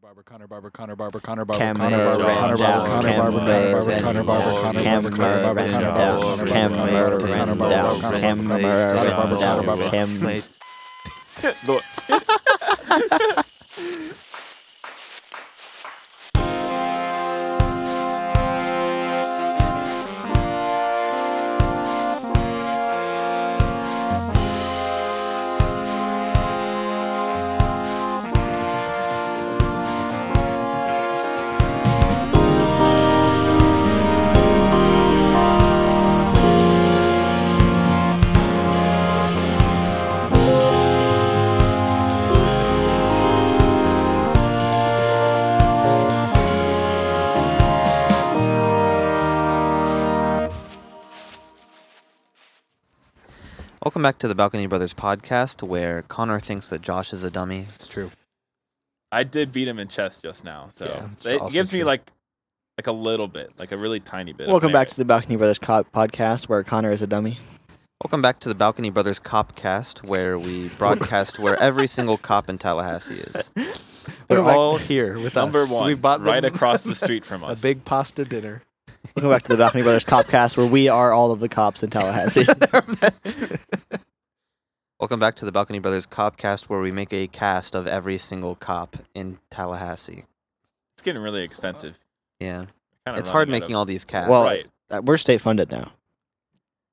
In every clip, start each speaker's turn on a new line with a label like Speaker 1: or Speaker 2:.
Speaker 1: Barber, Connor Barber, Connor Barber, Connor Barber,
Speaker 2: Cameron
Speaker 1: Connor Barber,
Speaker 2: Jones,
Speaker 1: Connor Barber, Connor
Speaker 2: Cameron
Speaker 1: Barber, Connor Barber,
Speaker 2: Jones,
Speaker 1: Connor Barber, Connor Barber, Connor Barber, Connor Barber, Connor Barber,
Speaker 2: Cameron
Speaker 1: Connor Barber, Connor
Speaker 2: Jones,
Speaker 1: Barber,
Speaker 2: Cameron
Speaker 1: Connor Barber, Connor Barber, Connor Barber, Connor Barber.
Speaker 2: Cameron. Welcome back to the Balcony Brothers podcast, where Connor thinks that Josh is a dummy.
Speaker 1: It's true.
Speaker 3: I did beat him in chess just now, so
Speaker 1: Yeah, it's
Speaker 3: it
Speaker 1: also
Speaker 3: gives me
Speaker 1: true.
Speaker 3: like like a little bit, like a really tiny bit.
Speaker 2: Welcome
Speaker 3: of
Speaker 2: back to
Speaker 3: merit.
Speaker 2: the Balcony Brothers co- podcast, where Connor is a dummy.
Speaker 4: Welcome back to the Balcony Brothers Copcast, where we broadcast where every single cop in Tallahassee is.
Speaker 2: Welcome
Speaker 1: They're
Speaker 2: back-
Speaker 1: all here with us.
Speaker 3: number one,
Speaker 1: We bought
Speaker 3: right
Speaker 1: them
Speaker 3: across the street from
Speaker 1: a
Speaker 3: us.
Speaker 1: big pasta dinner.
Speaker 2: Welcome back to the Balcony Brothers Copcast, where we are all of the cops in Tallahassee.
Speaker 4: Welcome back to the Balcony Brothers Copcast, where we make a cast of every single cop in Tallahassee.
Speaker 3: It's getting really expensive.
Speaker 4: Yeah,
Speaker 3: Kinda
Speaker 4: it's hard
Speaker 3: running out
Speaker 4: making
Speaker 3: of-
Speaker 4: all these casts.
Speaker 2: well,
Speaker 3: Right.
Speaker 2: uh, we're state funded now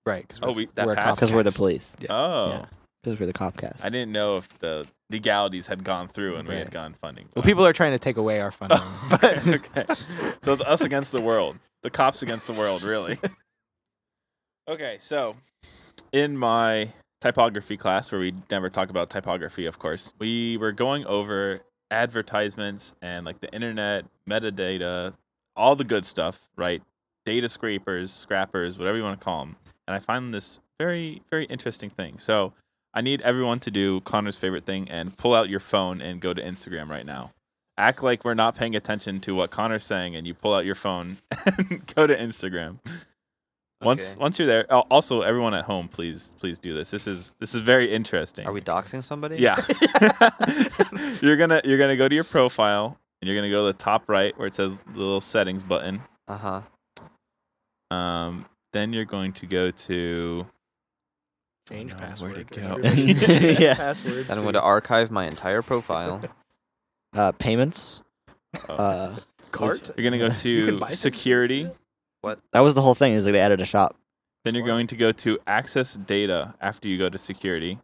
Speaker 1: Right. 'cause
Speaker 3: Oh,
Speaker 1: we're-
Speaker 3: we that
Speaker 1: we're a
Speaker 3: passed.
Speaker 2: because we're the police.
Speaker 3: Oh,
Speaker 2: Yeah, because we're the copcast.
Speaker 3: I didn't know if the legalities had gone through and we had
Speaker 1: Right.
Speaker 3: gone funding.
Speaker 1: Well, people are trying to take away our funding.
Speaker 3: okay, okay. so it's us against the world. The cops against the world, really. Okay, so in my typography class, where we never talk about typography, of course, we were going over advertisements and like the internet, metadata, all the good stuff, right? Data scrapers, scrappers, whatever you want to call them. And I find this very, very interesting thing. So I need everyone to do Connor's favorite thing and pull out your phone and go to Instagram right now act like we're not paying attention to what Connor's saying, and you pull out your phone and go to Instagram. Once
Speaker 4: Okay.
Speaker 3: once you're there, al- also everyone at home, please please do this. This is this is very interesting.
Speaker 4: are we doxing somebody?
Speaker 3: Yeah, you're gonna you're gonna go to your profile and you're gonna go to the top right where it says the little settings button.
Speaker 4: Uh huh.
Speaker 3: Um, then you're going to go to
Speaker 1: Change
Speaker 3: Oh, no, where'd
Speaker 1: password.
Speaker 3: it go?
Speaker 2: Yeah.
Speaker 1: Password.
Speaker 4: Then I'm
Speaker 1: to-
Speaker 4: going to archive my entire profile.
Speaker 2: Uh, payments.
Speaker 3: oh,
Speaker 2: Uh,
Speaker 1: cart.
Speaker 3: you're gonna go
Speaker 1: You can
Speaker 3: to
Speaker 1: buy things
Speaker 3: security.
Speaker 2: that was the whole thing. Is like they added a shop.
Speaker 3: Then you're going to go to access data after you go to security.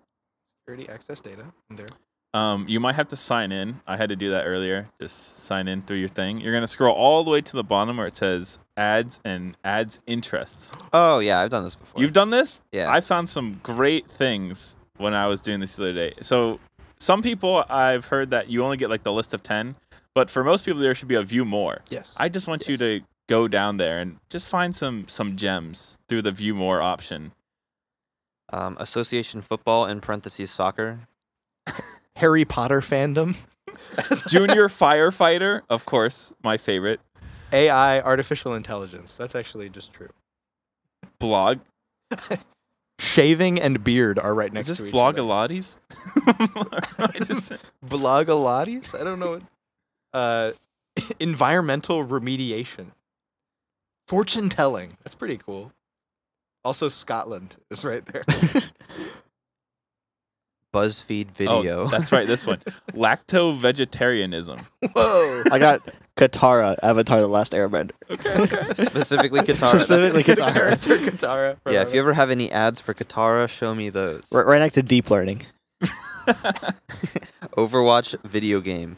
Speaker 1: Security access data. in There.
Speaker 3: Um, you might have to sign in. I had to do that earlier. Just sign in through your thing. You're gonna scroll all the way to the bottom where it says ads and ads interests.
Speaker 4: Oh yeah, I've done this before.
Speaker 3: You've done this?
Speaker 4: Yeah.
Speaker 3: I found some great things when I was doing this the other day. So some people I've heard that you only get like the list of ten, but for most people there should be a view more.
Speaker 1: Yes.
Speaker 3: I just want you
Speaker 1: Yes.
Speaker 3: to go down there and just find some some gems through the view more option.
Speaker 4: um, association football in parentheses soccer.
Speaker 1: Harry Potter fandom.
Speaker 3: Junior firefighter, of course, my favorite.
Speaker 1: AI, artificial intelligence. That's actually just true.
Speaker 3: Blog.
Speaker 1: Shaving and beard are right next
Speaker 3: Is
Speaker 1: to
Speaker 3: this
Speaker 1: each
Speaker 3: blog
Speaker 1: other.
Speaker 3: Pilates?
Speaker 1: Blogalatis? I don't know. What, uh, environmental remediation, fortune telling. That's pretty cool. Also, Scotland is right there.
Speaker 4: BuzzFeed video.
Speaker 3: Oh, that's right, this one. Lacto vegetarianism.
Speaker 1: Whoa!
Speaker 2: I got Katara, Avatar: The Last Airbender.
Speaker 3: Okay, okay.
Speaker 4: Specifically Katara.
Speaker 2: Specifically
Speaker 1: the
Speaker 2: Katara.
Speaker 1: character Katara.
Speaker 4: yeah, if you ever have any ads for Katara, show me those.
Speaker 2: Right, right next to deep learning.
Speaker 4: Overwatch video game.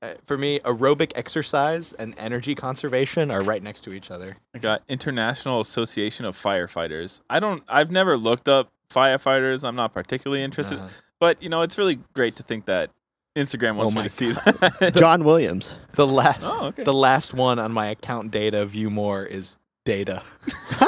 Speaker 1: Uh, for me, aerobic exercise and energy conservation are right next to each other.
Speaker 3: I got International Association of Firefighters. I don't I've never looked up firefighters. I'm not particularly interested.
Speaker 1: Uh,
Speaker 3: But you know, it's really great to think that Instagram wants
Speaker 1: Oh my
Speaker 3: me to see that.
Speaker 2: John Williams.
Speaker 1: the last,
Speaker 3: oh, okay.
Speaker 1: the last one on my account data view more is data.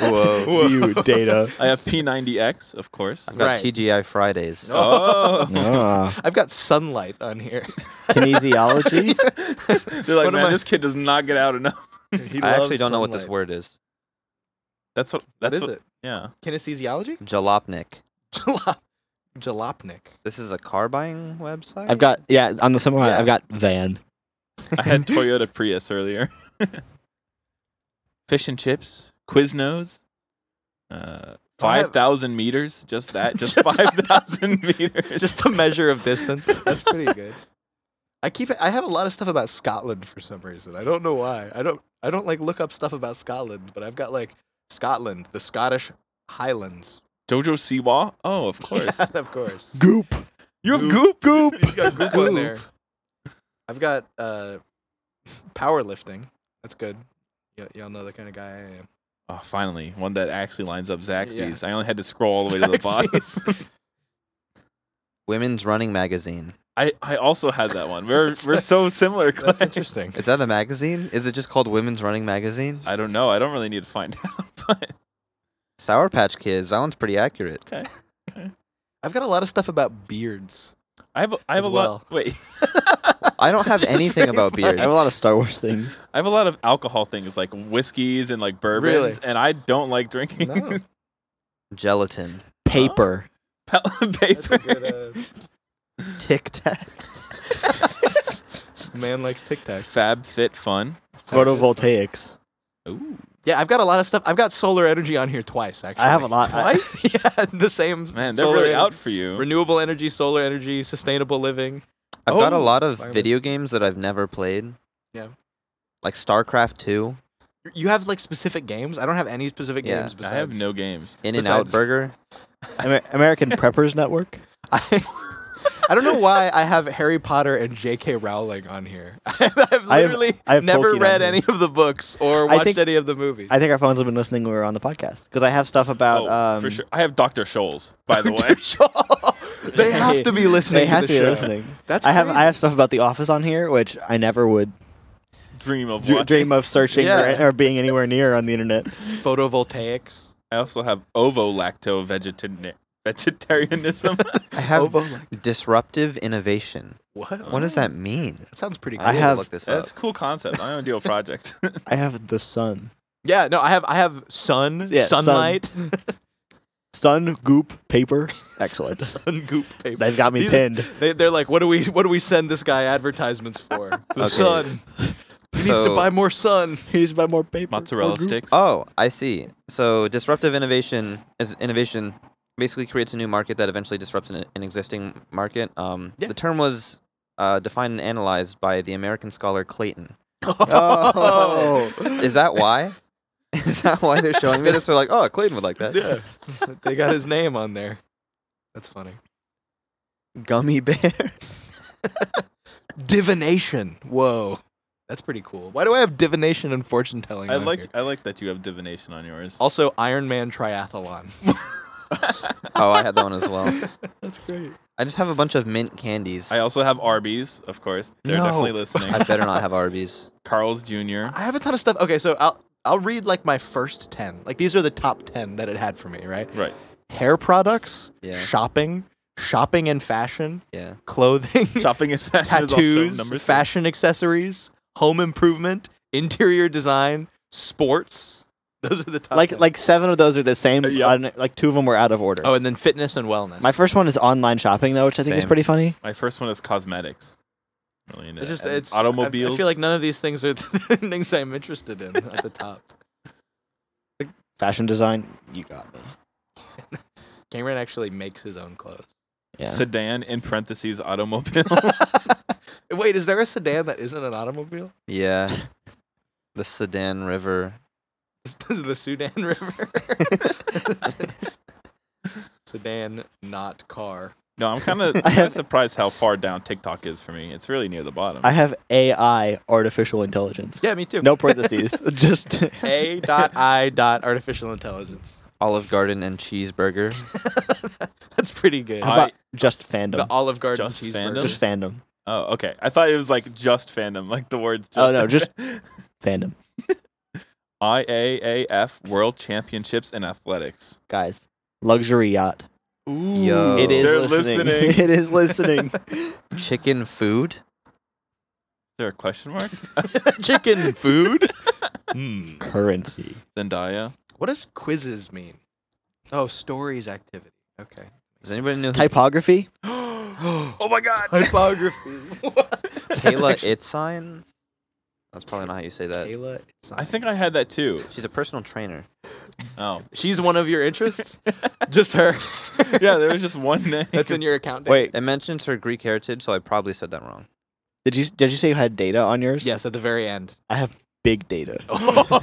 Speaker 4: Whoa.
Speaker 2: You data.
Speaker 3: I have P90X, of course.
Speaker 4: I've got
Speaker 1: Right.
Speaker 4: TGI Fridays.
Speaker 3: Oh,
Speaker 2: Ah,
Speaker 1: I've got sunlight on here.
Speaker 4: Oh,
Speaker 2: kinesiology.
Speaker 3: they're like,
Speaker 1: What am
Speaker 3: man,
Speaker 1: I-
Speaker 3: this kid does not get out enough.
Speaker 1: He
Speaker 4: I actually
Speaker 1: loves
Speaker 4: don't know what this
Speaker 1: sunlight.
Speaker 4: word is.
Speaker 3: That's what.
Speaker 1: what
Speaker 3: That's what.
Speaker 1: is it?
Speaker 3: Yeah.
Speaker 1: Kinesiology?
Speaker 4: Jalopnik.
Speaker 1: Jalopnik.
Speaker 4: This is a car buying website.
Speaker 2: I've got yeah on the similar.
Speaker 1: Yeah.
Speaker 2: I've got van.
Speaker 3: I had Toyota Prius earlier. Fish and chips, Quiznos, uh,
Speaker 1: I have-
Speaker 3: five thousand meters. Just that, just five thousand meters.
Speaker 1: Just a measure of distance. That's pretty good. I keep it. I have a lot of stuff about Scotland for some reason. I don't know why. I don't. I don't like look up stuff about Scotland, but I've got like Scotland, the Scottish Highlands.
Speaker 3: Jojo Siwa. Oh, of course.
Speaker 1: Yeah, of course.
Speaker 2: Goop.
Speaker 3: You have Goop. Goop.
Speaker 1: He's got goop on there.
Speaker 2: Goop.
Speaker 1: I've got uh, powerlifting. That's good. Y- y'all know the kind of guy I am.
Speaker 3: Oh, finally, one that actually lines up Zaxby's.
Speaker 1: Yeah.
Speaker 3: I only had to scroll all the way to the bottom.
Speaker 1: Zaxby's.
Speaker 4: Women's Running Magazine.
Speaker 3: I, I also had that one. We're we're so similar.
Speaker 1: That's
Speaker 3: Clay.
Speaker 1: interesting.
Speaker 4: Is that a magazine? Is it just called Women's Running Magazine?
Speaker 3: I don't know. I don't really need to find out. But
Speaker 4: Sour Patch Kids. That one's pretty accurate.
Speaker 1: I've got a lot of stuff about beards.
Speaker 3: I have a- I have
Speaker 1: As
Speaker 3: a
Speaker 1: well.
Speaker 3: lot. Wait,
Speaker 4: I don't have
Speaker 1: It's
Speaker 4: anything
Speaker 1: very
Speaker 4: about
Speaker 1: funny.
Speaker 4: beards.
Speaker 2: I have a lot of Star Wars things.
Speaker 3: I have a lot of alcohol things like whiskeys and like bourbons,
Speaker 1: Really?
Speaker 3: and I don't like drinking
Speaker 1: No,
Speaker 4: Gelatin.
Speaker 2: Paper.
Speaker 3: pellet
Speaker 1: that's a
Speaker 3: paper.
Speaker 1: good.
Speaker 4: Tic Tac.
Speaker 1: Uh, man likes Tic Tacs.
Speaker 3: Fab Fit Fun.
Speaker 2: Photovoltaics.
Speaker 3: Ooh.
Speaker 1: Yeah, I've got a lot of stuff. I've got solar energy on here twice. Actually,
Speaker 2: I have a lot. I,
Speaker 3: Twice?
Speaker 1: yeah, the same.
Speaker 3: Man, they're
Speaker 1: solar
Speaker 3: really
Speaker 1: en-
Speaker 3: out for you.
Speaker 1: Renewable energy, solar energy, sustainable living.
Speaker 4: I've got a
Speaker 3: Oh,
Speaker 4: lot of
Speaker 1: environment.
Speaker 4: video games that I've never played.
Speaker 1: Yeah.
Speaker 4: Like StarCraft 2,
Speaker 1: You have like specific games. I don't have any specific
Speaker 4: Yeah,
Speaker 1: games. Besides,
Speaker 3: I have no games.
Speaker 4: In and Out
Speaker 1: Besides-
Speaker 4: Burger.
Speaker 2: Amer- American Preppers Network.
Speaker 1: I, I don't know why I have Harry Potter and J.K. Rowling on here. I've literally
Speaker 2: I have
Speaker 1: never
Speaker 2: Tolkien on
Speaker 1: read
Speaker 2: here.
Speaker 1: any of the books or
Speaker 2: I
Speaker 1: watched
Speaker 2: think-
Speaker 1: any of the movies.
Speaker 2: I think our phones have been listening. when We were on the podcast because I have stuff about.
Speaker 3: Oh,
Speaker 2: um,
Speaker 3: for sure. I have Dr. Scholes, by the way.
Speaker 1: way, they have to be listening.
Speaker 2: They have
Speaker 1: to,
Speaker 2: to,
Speaker 1: the
Speaker 2: be
Speaker 1: show.
Speaker 2: listening.
Speaker 1: That's
Speaker 2: I have I
Speaker 1: crazy.
Speaker 2: have stuff about The Office on here, which I never would
Speaker 3: Dream of
Speaker 2: d-
Speaker 3: watching.
Speaker 2: dream of searching
Speaker 1: Yeah.
Speaker 2: or, or being anywhere near on the internet.
Speaker 1: photovoltaics.
Speaker 3: I also have ovo-lacto vegetarian vegetarianism.
Speaker 4: I have
Speaker 1: Ovo-
Speaker 4: disruptive innovation.
Speaker 1: what?
Speaker 4: What does that mean?
Speaker 1: That sounds pretty cool.
Speaker 2: I
Speaker 4: need to
Speaker 2: have-
Speaker 4: look this up.
Speaker 3: That's a cool concept. I don't do a project.
Speaker 2: I have the sun,
Speaker 1: yeah, no, I have I have sun,
Speaker 2: Yeah, sun.
Speaker 1: sunlight,
Speaker 2: sun goop paper. Excellent.
Speaker 1: sun goop paper.
Speaker 2: They've got me
Speaker 1: These-
Speaker 2: pinned.
Speaker 1: They, they're like, what do we what do we send this guy advertisements for? The
Speaker 4: Okay.
Speaker 1: sun. He needs to
Speaker 4: So-
Speaker 1: buy more sun.
Speaker 2: Here's my more paper.
Speaker 3: Mozzarella
Speaker 2: More goop.
Speaker 3: sticks.
Speaker 4: Oh, I see. So disruptive innovation is innovation basically creates a new market that eventually disrupts an, an existing market. Um,
Speaker 1: Yeah.
Speaker 4: The term was uh, defined and analyzed by the American scholar Clayton.
Speaker 2: Oh.
Speaker 4: Is that why? is that why they're showing me this? They're like, oh, Clayton would like that.
Speaker 1: Yeah. they got his name on there. That's funny.
Speaker 4: Gummy bear.
Speaker 1: Divination. Whoa. That's pretty cool. Why do I have divination and fortune telling?
Speaker 3: I
Speaker 1: on
Speaker 3: like
Speaker 1: here?
Speaker 3: I like that you have divination on yours.
Speaker 1: Also, Iron Man triathlon.
Speaker 4: oh, I had that one as well.
Speaker 1: That's great.
Speaker 4: I just have a bunch of mint candies.
Speaker 3: I also have Arby's, of course. They're
Speaker 1: No.
Speaker 3: definitely listening.
Speaker 4: I better not have Arby's.
Speaker 3: Carl's Jr.
Speaker 1: I have a ton of stuff. Okay, so I'll I'll read like my first ten. Like these are the top ten that it had for me. Right.
Speaker 3: Right.
Speaker 1: Hair products.
Speaker 4: Yeah.
Speaker 1: Shopping. Shopping and fashion.
Speaker 4: Yeah.
Speaker 1: Clothing.
Speaker 3: Shopping and fashion is also
Speaker 1: tattoos.
Speaker 3: number three.
Speaker 1: Fashion accessories. Home improvement. Interior design. Sports. Those are the top.
Speaker 2: Like
Speaker 1: 10.
Speaker 2: like seven of those are the same.
Speaker 3: Uh, yeah.
Speaker 2: on- like two of them were out of order.
Speaker 1: Oh, and then fitness and wellness.
Speaker 2: My first one is online shopping though, which I think is
Speaker 4: Same.
Speaker 2: pretty funny.
Speaker 3: My first one is cosmetics. Really into
Speaker 1: It's just
Speaker 3: and
Speaker 1: it's I-
Speaker 3: automobiles.
Speaker 1: I, feel like none of these things are things I'm interested in at the top.
Speaker 2: Fashion design, you got me.
Speaker 1: Cameron actually makes his own clothes.
Speaker 2: Yeah.
Speaker 3: sedan in parentheses automobile.
Speaker 1: Wait, is there a sedan that isn't an automobile?
Speaker 4: Yeah. The Sedan River.
Speaker 1: the Sudan River. sedan, not car.
Speaker 3: no, I'm kind of
Speaker 2: I
Speaker 3: kind of
Speaker 2: have-
Speaker 3: surprised how far down TikTok is for me. It's really near the bottom.
Speaker 2: I have AI, artificial intelligence.
Speaker 1: Yeah, me too.
Speaker 2: No parentheses. just
Speaker 1: A dot I dot artificial intelligence.
Speaker 4: Olive Garden and cheeseburger.
Speaker 1: That's pretty good.
Speaker 2: How
Speaker 3: I-
Speaker 2: about just fandom?
Speaker 1: the Olive Garden
Speaker 3: Just
Speaker 1: cheeseburger.
Speaker 3: fandom?
Speaker 2: just fandom.
Speaker 3: oh, okay. I thought it was like just fandom, like the words. Just
Speaker 2: Oh, no, just- Fandom.
Speaker 3: IAAF World Championships in Athletics.
Speaker 2: Guys. Luxury yacht.
Speaker 1: Ooh.
Speaker 4: Yo.
Speaker 2: it is
Speaker 3: They're
Speaker 2: listening.
Speaker 3: listening.
Speaker 2: it is listening.
Speaker 4: Chicken food.
Speaker 3: Is there a question mark?
Speaker 1: Chicken food. Hmm.
Speaker 2: Currency.
Speaker 3: Zendaya.
Speaker 1: What does quizzes mean? Oh, stories activity. Okay.
Speaker 4: Does anybody know who
Speaker 2: Typography?
Speaker 1: oh
Speaker 3: Oh my god.
Speaker 1: Typography.
Speaker 4: Kayla It signs? That's probably not how you say that.
Speaker 1: Kayla. it's
Speaker 3: I
Speaker 1: not-
Speaker 3: think I had that too.
Speaker 4: She's a personal trainer.
Speaker 3: Oh.
Speaker 1: She's one of your interests. Just her.
Speaker 3: Yeah, there was just one name.
Speaker 1: That's in your account. Dan?
Speaker 2: Wait,
Speaker 4: It mentions her Greek heritage, so I probably said that wrong.
Speaker 2: did you did you say you had data on yours?
Speaker 1: Yes, at the very end.
Speaker 2: I have big data.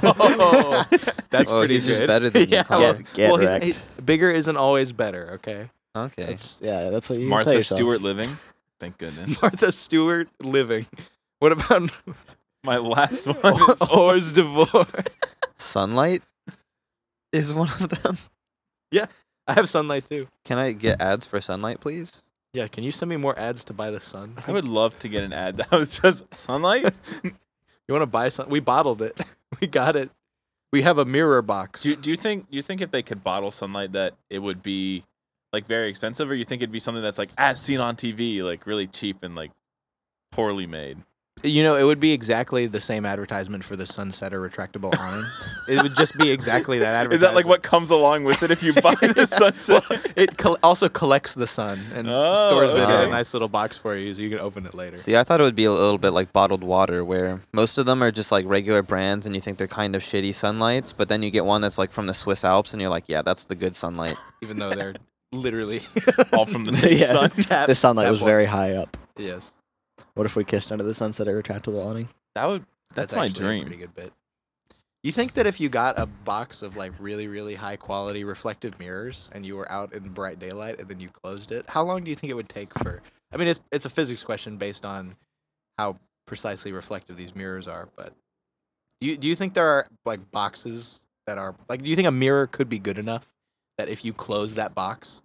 Speaker 1: Oh, that's
Speaker 4: Oh,
Speaker 1: pretty
Speaker 4: he's
Speaker 1: good.
Speaker 4: just better than you,
Speaker 1: yeah,
Speaker 4: Colin.
Speaker 1: well,
Speaker 2: Get- get
Speaker 1: well, he-
Speaker 2: wrecked.
Speaker 1: he- bigger isn't always better. Okay.
Speaker 4: Okay.
Speaker 2: That's yeah, that's what you can tell
Speaker 3: Martha
Speaker 2: yourself.
Speaker 3: Stewart living. Thank goodness.
Speaker 1: Martha Stewart living. What about
Speaker 3: My last one is
Speaker 1: Or's divorce?
Speaker 4: Sunlight is one of them.
Speaker 1: I have sunlight too.
Speaker 4: Can I get ads for sunlight, please?
Speaker 1: Yeah, can you send me more ads to buy the sun?
Speaker 3: I would love to get an ad that was just sunlight.
Speaker 1: You want to buy sun? We bottled it. We got it. We have a mirror box.
Speaker 3: Do do you think do you think if they could bottle sunlight that it would be like very expensive, or you think it'd be something that's like as seen on TV, like really cheap and like poorly made?
Speaker 1: You know, it would be exactly the same advertisement for the sunsetter retractable awning. it would just be exactly that advertisement.
Speaker 3: Is that like what comes along with it if you buy the sunset?
Speaker 1: Well, it col- also collects the sun and
Speaker 3: Oh,
Speaker 1: stores it in
Speaker 4: okay.
Speaker 1: a nice little box for you, so you can open it later.
Speaker 4: See, I thought it would be a little bit like bottled water, where most of them are just like regular brands, and you think they're kind of shitty sunlights, but then you get one that's like from the Swiss Alps, and you're like, yeah, that's the good sunlight.
Speaker 1: Even though they're literally
Speaker 3: All from the same
Speaker 2: Yeah.
Speaker 3: sun.
Speaker 1: tap-
Speaker 2: The sunlight
Speaker 1: tap
Speaker 2: was
Speaker 1: water.
Speaker 2: very high up.
Speaker 1: yes.
Speaker 2: What if we kissed under the sunset at a retractable awning?
Speaker 3: That would that's, my
Speaker 1: actually a
Speaker 3: dream.
Speaker 1: pretty good bit. You think that if you got a box of like really really high quality reflective mirrors and you were out in bright daylight and then you closed it, how long do you think it would take for? I mean, it's it's a physics question based on how precisely reflective these mirrors are, but do you, do you think there are like boxes that are like do you think a mirror could be good enough that if you close that box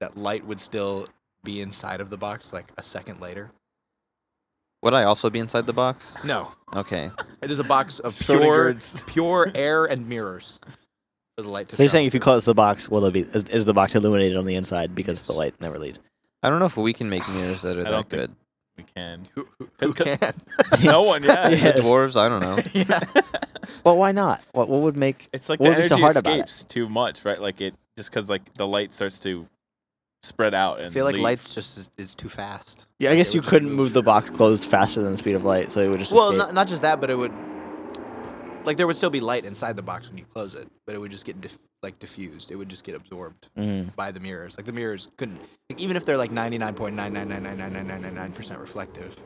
Speaker 1: that light would still be inside of the box like a second later?
Speaker 4: Would I also be inside the box?
Speaker 1: No.
Speaker 4: Okay.
Speaker 1: It is a box of pure
Speaker 3: Schrodinger's.
Speaker 1: pure air and mirrors for the light to.
Speaker 2: So you're
Speaker 1: travel
Speaker 2: saying if you
Speaker 1: through.
Speaker 2: close the box, will it be is, is the box illuminated on the inside because the light never leaves?
Speaker 4: I don't know if we can make mirrors that are
Speaker 3: I
Speaker 4: that
Speaker 3: don't think-
Speaker 4: good.
Speaker 3: We can.
Speaker 1: who, who- who
Speaker 3: Could-
Speaker 1: can?
Speaker 3: No one, yeah.
Speaker 2: Yeah.
Speaker 4: The dwarves, I don't know.
Speaker 1: yeah,
Speaker 2: Well, why not? What what would make
Speaker 3: It's like
Speaker 2: What
Speaker 3: the
Speaker 2: would be
Speaker 3: energy
Speaker 2: so hard about it?
Speaker 3: escapes too much, right? Like it just because like the light starts to spread out and
Speaker 1: I feel like
Speaker 3: leave.
Speaker 1: light's just is, is too fast.
Speaker 2: Yeah, I guess
Speaker 1: it
Speaker 2: you
Speaker 1: would just
Speaker 2: couldn't
Speaker 1: move.
Speaker 2: move the box closed faster than the speed of light, so it would just
Speaker 1: Well,
Speaker 2: escape.
Speaker 1: not, not just that, but it would like there would still be light inside the box when you close it, but it would just get diff- like diffused. It would just get absorbed
Speaker 2: Mhm.
Speaker 1: by the mirrors. Like the mirrors couldn't, like, even if they're like ninety nine point nine nine nine nine nine nine nine nine nine percent reflective,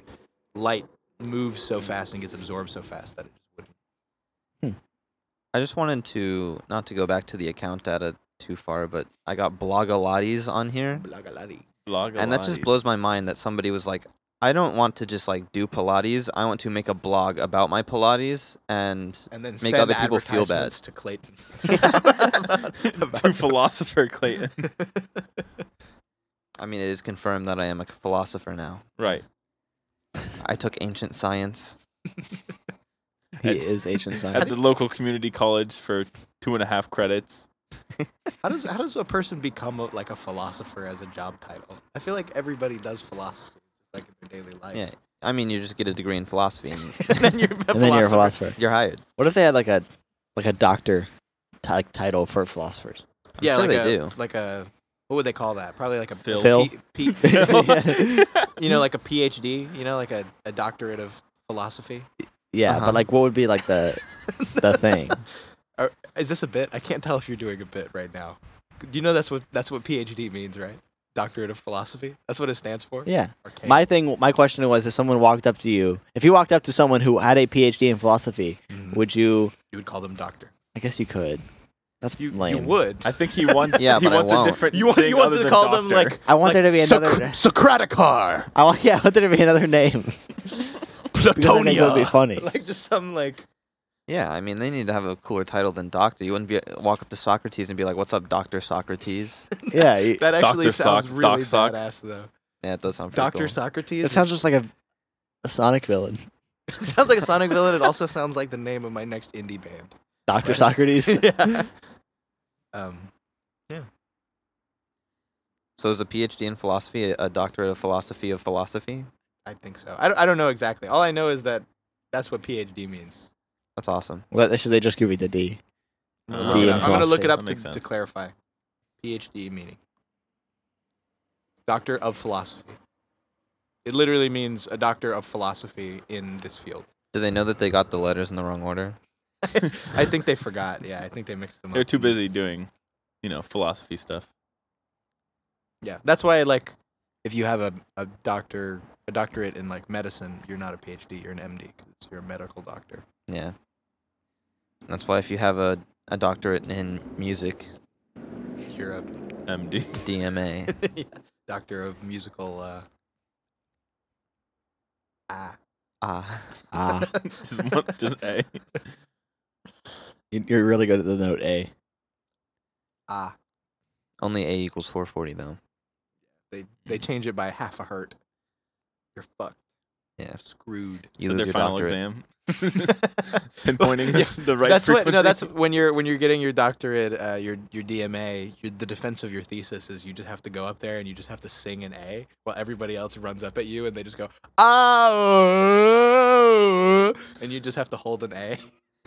Speaker 1: light moves so fast and gets absorbed so fast that it wouldn't.
Speaker 4: I just wanted to not to go back to the account data too far, but I got Blogilates on here,
Speaker 1: Blagalati.
Speaker 3: Blog
Speaker 4: and that just
Speaker 3: alive.
Speaker 4: blows my mind that somebody was like, "I don't want to just like do Pilates. I want to make a blog about my Pilates." And
Speaker 1: And then
Speaker 4: Make
Speaker 1: send
Speaker 4: other people feel bad.
Speaker 1: advertisements to Clayton.
Speaker 3: to philosopher Clayton.
Speaker 4: I mean, it is confirmed that I am a philosopher now.
Speaker 3: Right.
Speaker 4: I took ancient science.
Speaker 2: he is ancient
Speaker 3: At
Speaker 2: science.
Speaker 3: the local community college for two and a half credits.
Speaker 1: How does how does a person become a, like a philosopher as a job title? I feel like everybody does philosophy like in their daily life.
Speaker 4: Yeah. I mean, you just get a degree in philosophy, and
Speaker 1: and then you're a
Speaker 2: and then you're
Speaker 1: philosopher.
Speaker 2: a philosopher.
Speaker 4: you're hired.
Speaker 2: What if they had like a like a doctor ti- like title for philosophers?
Speaker 4: I'm
Speaker 1: yeah,
Speaker 4: sure
Speaker 1: like
Speaker 4: they
Speaker 1: a,
Speaker 4: do.
Speaker 1: Like a what would they call that? Probably like a
Speaker 3: Phil.
Speaker 2: Phil.
Speaker 1: P, P,
Speaker 2: yeah,
Speaker 1: you know, like a PhD. You know, like a, a doctorate of philosophy.
Speaker 2: yeah
Speaker 4: Uh-huh.
Speaker 2: but like, what would be like the the thing?
Speaker 1: Is this a bit? I can't tell if you're doing a bit right now. You know that's what that's what PhD means, right? Doctorate of philosophy. That's what it stands for.
Speaker 2: Yeah,
Speaker 1: Archaic.
Speaker 2: my thing. My question was, if someone walked up to you, if you walked up to someone who had a PhD in philosophy,
Speaker 1: Mhm.
Speaker 2: would you?
Speaker 1: you would call them doctor.
Speaker 2: I guess you could. That's
Speaker 1: You
Speaker 2: lame.
Speaker 1: you would.
Speaker 3: I think he wants.
Speaker 4: Yeah,
Speaker 3: he
Speaker 4: but I
Speaker 3: wants a
Speaker 4: won't.
Speaker 3: different.
Speaker 1: You want
Speaker 3: thing
Speaker 1: you want
Speaker 3: other
Speaker 1: to
Speaker 3: than
Speaker 1: call them
Speaker 3: doctor.
Speaker 1: like
Speaker 2: I want
Speaker 1: like,
Speaker 2: there to be another.
Speaker 1: Soc- Socraticar,
Speaker 2: I want yeah. I want there to be another name. Because I think it would be
Speaker 1: Platonia.
Speaker 2: funny.
Speaker 1: Like just some like
Speaker 4: Yeah, I mean, they need to have a cooler title than doctor. You wouldn't be uh, walk up to Socrates and be like, "What's up, Doctor Socrates?"
Speaker 2: Yeah, you-
Speaker 1: that actually
Speaker 3: Dr.
Speaker 1: sounds
Speaker 3: Soc,
Speaker 1: really
Speaker 3: Doc Soc.
Speaker 1: badass though.
Speaker 4: Yeah, it does sound pretty
Speaker 1: Doctor
Speaker 4: cool.
Speaker 1: Socrates.
Speaker 2: it sounds just like a, a Sonic villain.
Speaker 1: it sounds like a Sonic villain. It also sounds like the name of my next indie band.
Speaker 2: Doctor
Speaker 1: Right.
Speaker 2: Socrates.
Speaker 1: yeah. Um.
Speaker 4: So is a PhD in philosophy a, a doctorate of philosophy of philosophy?
Speaker 1: I think so. I don't, I don't know exactly. All I know is that that's what PhD means.
Speaker 4: That's awesome.
Speaker 2: Well, should they just give you the D?
Speaker 1: I'm
Speaker 3: Uh,
Speaker 1: gonna look it
Speaker 2: in
Speaker 1: up- I'm going to
Speaker 2: philosophy.
Speaker 1: look it
Speaker 3: That
Speaker 1: up to,
Speaker 3: makes
Speaker 1: to
Speaker 3: sense.
Speaker 1: clarify. PhD meaning. Doctor of Philosophy. It literally means a doctor of philosophy in this field.
Speaker 4: Do they know that they got the letters in the wrong order?
Speaker 1: I think they forgot. Yeah, I think they mixed them up.
Speaker 3: They're too busy doing, you know, philosophy stuff.
Speaker 1: Yeah, that's why like if you have a, a doctor a doctorate in like medicine, you're not a PhD, you're an MD because you're a medical doctor.
Speaker 4: Yeah. That's why if you have a, a doctorate in music,
Speaker 1: You're a
Speaker 3: MD.
Speaker 4: DMA,
Speaker 1: doctor of musical. Uh, ah,
Speaker 4: ah,
Speaker 2: Ah,
Speaker 3: just, one, just A.
Speaker 2: you- you're really good at the note A.
Speaker 1: ah.
Speaker 4: only A equals 440 though.
Speaker 1: They they
Speaker 3: Mm-hmm.
Speaker 1: change it by half a hertz. You're fucked.
Speaker 4: Yeah.
Speaker 1: screwed.
Speaker 4: You
Speaker 3: for
Speaker 4: lose
Speaker 3: their
Speaker 4: your
Speaker 3: final
Speaker 4: doctorate.
Speaker 3: exam. Pinpointing
Speaker 1: Yeah,
Speaker 3: the right
Speaker 1: that's
Speaker 3: frequency.
Speaker 1: what. No, that's when you're when you're getting your doctorate, uh, your your DMA. Your, the defense of your thesis is you just have to go up there and you just have to sing an A while everybody else runs up at you and they just go ah, and you just have to hold an A.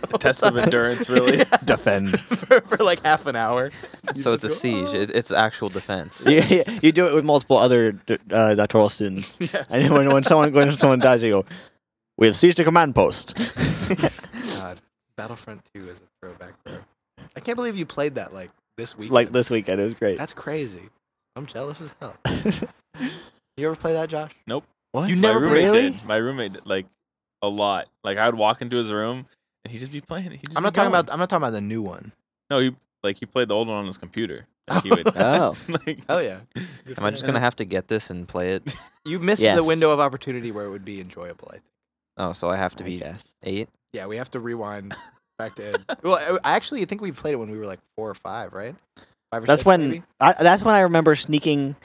Speaker 3: a test of endurance, really.
Speaker 2: Defend.
Speaker 1: for, for like half an hour. You
Speaker 4: So it's
Speaker 1: just
Speaker 4: a
Speaker 1: go,
Speaker 4: siege.
Speaker 1: "Ah."
Speaker 4: It, it's actual defense.
Speaker 2: you, you do it with multiple other d- uh, doctoral students.
Speaker 1: Yes.
Speaker 2: And then when, when someone when someone dies, you go, "We have seized a command post."
Speaker 1: God, Battlefront 2 is a throwback, bro. I can't believe you played that like this week.
Speaker 2: like this weekend, it was great.
Speaker 1: That's crazy. I'm jealous as hell. you ever play that, Josh?
Speaker 2: What?
Speaker 1: You
Speaker 3: My
Speaker 1: never
Speaker 3: roommate
Speaker 1: really?
Speaker 3: did. My roommate did, like a lot. Like I would walk into his room and he'd just be playing. it. He'd just
Speaker 1: I'm
Speaker 3: be
Speaker 1: not talking
Speaker 3: going.
Speaker 1: about. I'm not talking about the new one.
Speaker 3: No, he like he played the old one on his computer. Like, he would,
Speaker 2: oh,
Speaker 3: like,
Speaker 1: Hell yeah.
Speaker 4: Am I just gonna have to get this and play it?
Speaker 1: You missed
Speaker 2: Yes.
Speaker 1: the window of opportunity where it would be enjoyable. I think.
Speaker 4: Oh, so I have to
Speaker 2: I
Speaker 4: be
Speaker 2: guess.
Speaker 4: eight.
Speaker 1: Yeah, we have to rewind back to. Ed. Well, I I actually think we played it when we were like four or five, right? Five or
Speaker 2: That's
Speaker 1: six,
Speaker 2: when
Speaker 1: maybe?
Speaker 2: I, that's when I remember sneaking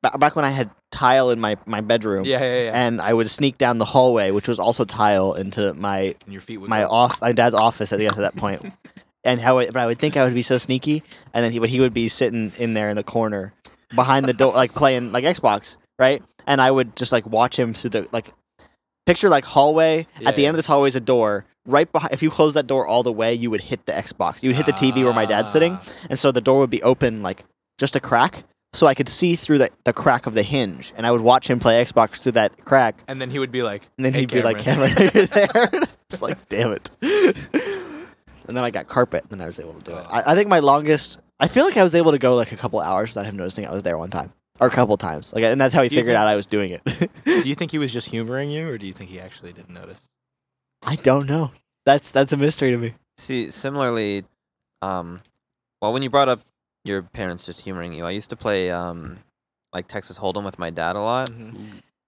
Speaker 2: ba- back when I had tile in my my bedroom.
Speaker 1: Yeah, yeah, yeah.
Speaker 2: And I would sneak down the hallway, which was also tile, into my
Speaker 1: And your feet would.
Speaker 2: my
Speaker 1: go-
Speaker 2: off my dad's office. I guess at that point, and how it, but I would think I would be so sneaky, and then he but he would be sitting in there in the corner behind the door, like playing like Xbox, right? And I would just like watch him through the like picture like hallway. at the
Speaker 1: Yeah.
Speaker 2: end of this hallway is a door. Right behind, if you close that door all the way, you would hit the Xbox. You would hit the TV where my dad's sitting,
Speaker 1: Ah.
Speaker 2: and so the door would be open like just a crack, so I could see through the, the crack of the hinge, and I would watch him play Xbox through that crack,
Speaker 1: And then he would be like,
Speaker 2: and then
Speaker 1: "Hey,
Speaker 2: he'd be like,
Speaker 1: Cameron."
Speaker 2: Cameron, you're there. it's like, damn it. and then I got carpet, and then I was able to do it. I, I think my longest, I feel like I was able to go like a couple hours without him noticing I was there one time or a couple times. Like, and that's how he
Speaker 1: Do you
Speaker 2: figured
Speaker 1: think-
Speaker 2: out I was doing it.
Speaker 1: do you think he was just humoring you, or do you think he actually didn't notice?
Speaker 2: I don't know. That's that's a mystery to me.
Speaker 4: See, similarly, um, well, when you brought up your parents just humoring you, I used to play um, like Texas Hold'em with my dad a lot,
Speaker 2: Mm-hmm.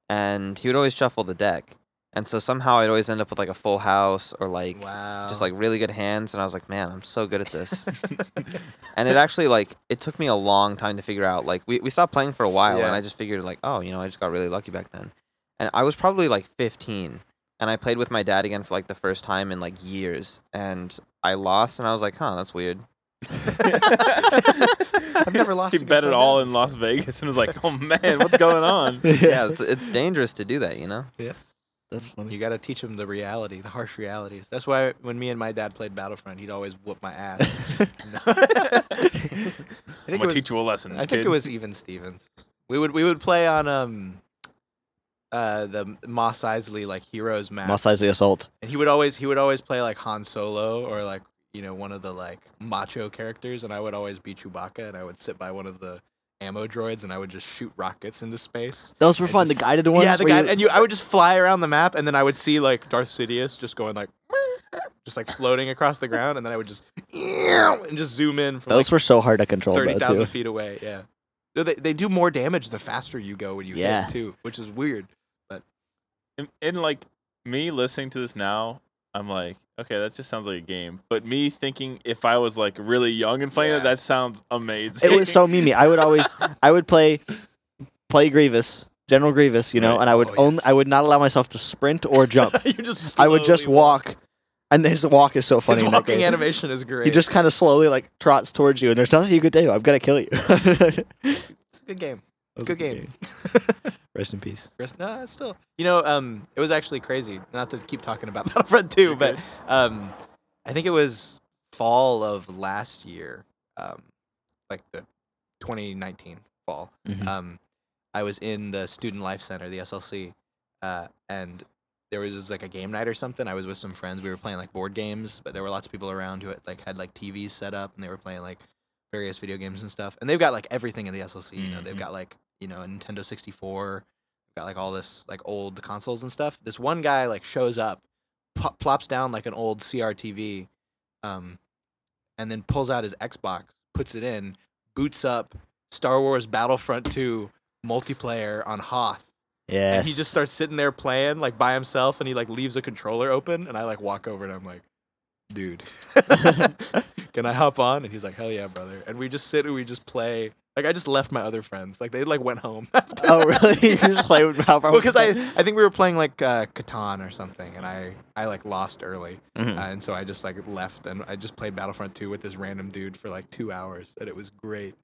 Speaker 4: and he would always shuffle the deck, and so somehow I'd always end up with like a full house or like
Speaker 1: Wow.
Speaker 4: just like really good hands, and I was like, man, I'm so good at this. and it actually like it took me a long time to figure out. Like we, we stopped playing for a while,
Speaker 1: Yeah.
Speaker 4: and I just figured like, oh, you know, I just got really lucky back then. And I was probably like 15, and I played with my dad again for like the first time in like years, and I lost, and I was like, huh, that's weird.
Speaker 1: I've never lost.
Speaker 3: he
Speaker 1: against
Speaker 3: bet
Speaker 1: my
Speaker 3: it all
Speaker 1: dad.
Speaker 3: in Las Vegas and was like, "Oh man, what's going on?"
Speaker 4: Yeah, it's it's dangerous to do that, you know.
Speaker 2: that's funny.
Speaker 1: You got to teach him the reality, the harsh realities. That's why when me and my dad played Battlefront, he'd always whoop my ass. I think,
Speaker 3: I'm
Speaker 1: it
Speaker 3: gonna
Speaker 1: was,
Speaker 3: teach you a lesson.
Speaker 1: I think
Speaker 3: kid.
Speaker 1: it was even Stevens. We would we would play on um uh the Moss Eisley like heroes map,
Speaker 2: Moss Eisley Assault.
Speaker 1: and he would always he would always play like Han Solo or like you know one of the like macho characters, and I would always be Chewbacca, and I would sit by one of the ammo droids, and I would just shoot rockets into space.
Speaker 2: Those were
Speaker 1: I
Speaker 2: fun.
Speaker 1: just-
Speaker 2: the guided ones.
Speaker 1: Yeah, the
Speaker 2: where
Speaker 1: guy,
Speaker 2: you-
Speaker 1: and you, I would just fly around the map, and then I would see like Darth Sidious just going like, just like floating across the ground, and then I would just and just zoom in from
Speaker 2: those were so hard to control.
Speaker 1: like,
Speaker 2: though,
Speaker 1: thirty thousand
Speaker 2: too.
Speaker 1: feet away. Yeah, No, they they do more damage the faster you go when you
Speaker 2: Yeah.
Speaker 1: hit too, which is weird.
Speaker 3: and, and, like me listening to this now, I'm like, okay, that just sounds like a game. But me thinking if I was like really young and playing
Speaker 1: Yeah.
Speaker 3: it, that sounds amazing.
Speaker 2: it was so memey. I would always I would play play Grievous, General Grievous, you know,
Speaker 3: Right.
Speaker 2: and I would
Speaker 1: Oh,
Speaker 2: only
Speaker 1: yes.
Speaker 2: I would not allow myself to sprint or jump.
Speaker 1: you just
Speaker 2: I would just
Speaker 1: slowly
Speaker 2: walk, and his walk is so funny.
Speaker 1: His
Speaker 2: in that
Speaker 1: walking
Speaker 2: game.
Speaker 1: animation is great.
Speaker 2: He just kind of slowly like trots towards you, and there's nothing you could do. I'm gonna kill you.
Speaker 1: it's a good game.
Speaker 2: Good
Speaker 1: Good game.
Speaker 2: Rest in peace.
Speaker 1: Chris- No, it's still. You know, um, it was actually crazy. Not to keep talking about Battlefront 2, but um, I think it was fall of last year, um, like the 2019 fall.
Speaker 2: Mhm.
Speaker 1: Um, I was in the Student Life Center, the SLC, uh, and there was just, like a game night or something. I was with some friends. We were playing like board games, but there were lots of people around who had, like had like TVs set up and they were playing like various video games and stuff. And they've got like everything in the SLC. You know, they've
Speaker 3: Mhm.
Speaker 1: got like you know a Nintendo 64. They've got like all this like old consoles and stuff. This one guy like shows up, pop- plops down like an old CRTV, um, and then pulls out his Xbox, puts it in, boots up Star Wars Battlefront 2 multiplayer on Hoth.
Speaker 2: Yes.
Speaker 1: And he just starts sitting there playing like by himself and he like leaves a controller open and I like walk over and I'm like, dude, can I hop on? And he's like, hell yeah, brother. And we just sit and we just play. Like I just left my other friends. Like they like went home.
Speaker 2: Oh, really? you just play with Ralph.
Speaker 1: Well, because I, I think we were playing like uh, Catan or something, and I, I like lost early,
Speaker 2: Mhm.
Speaker 1: uh, and so I just like left, and I just played Battlefront 2 with this random dude for like two hours, and it was great.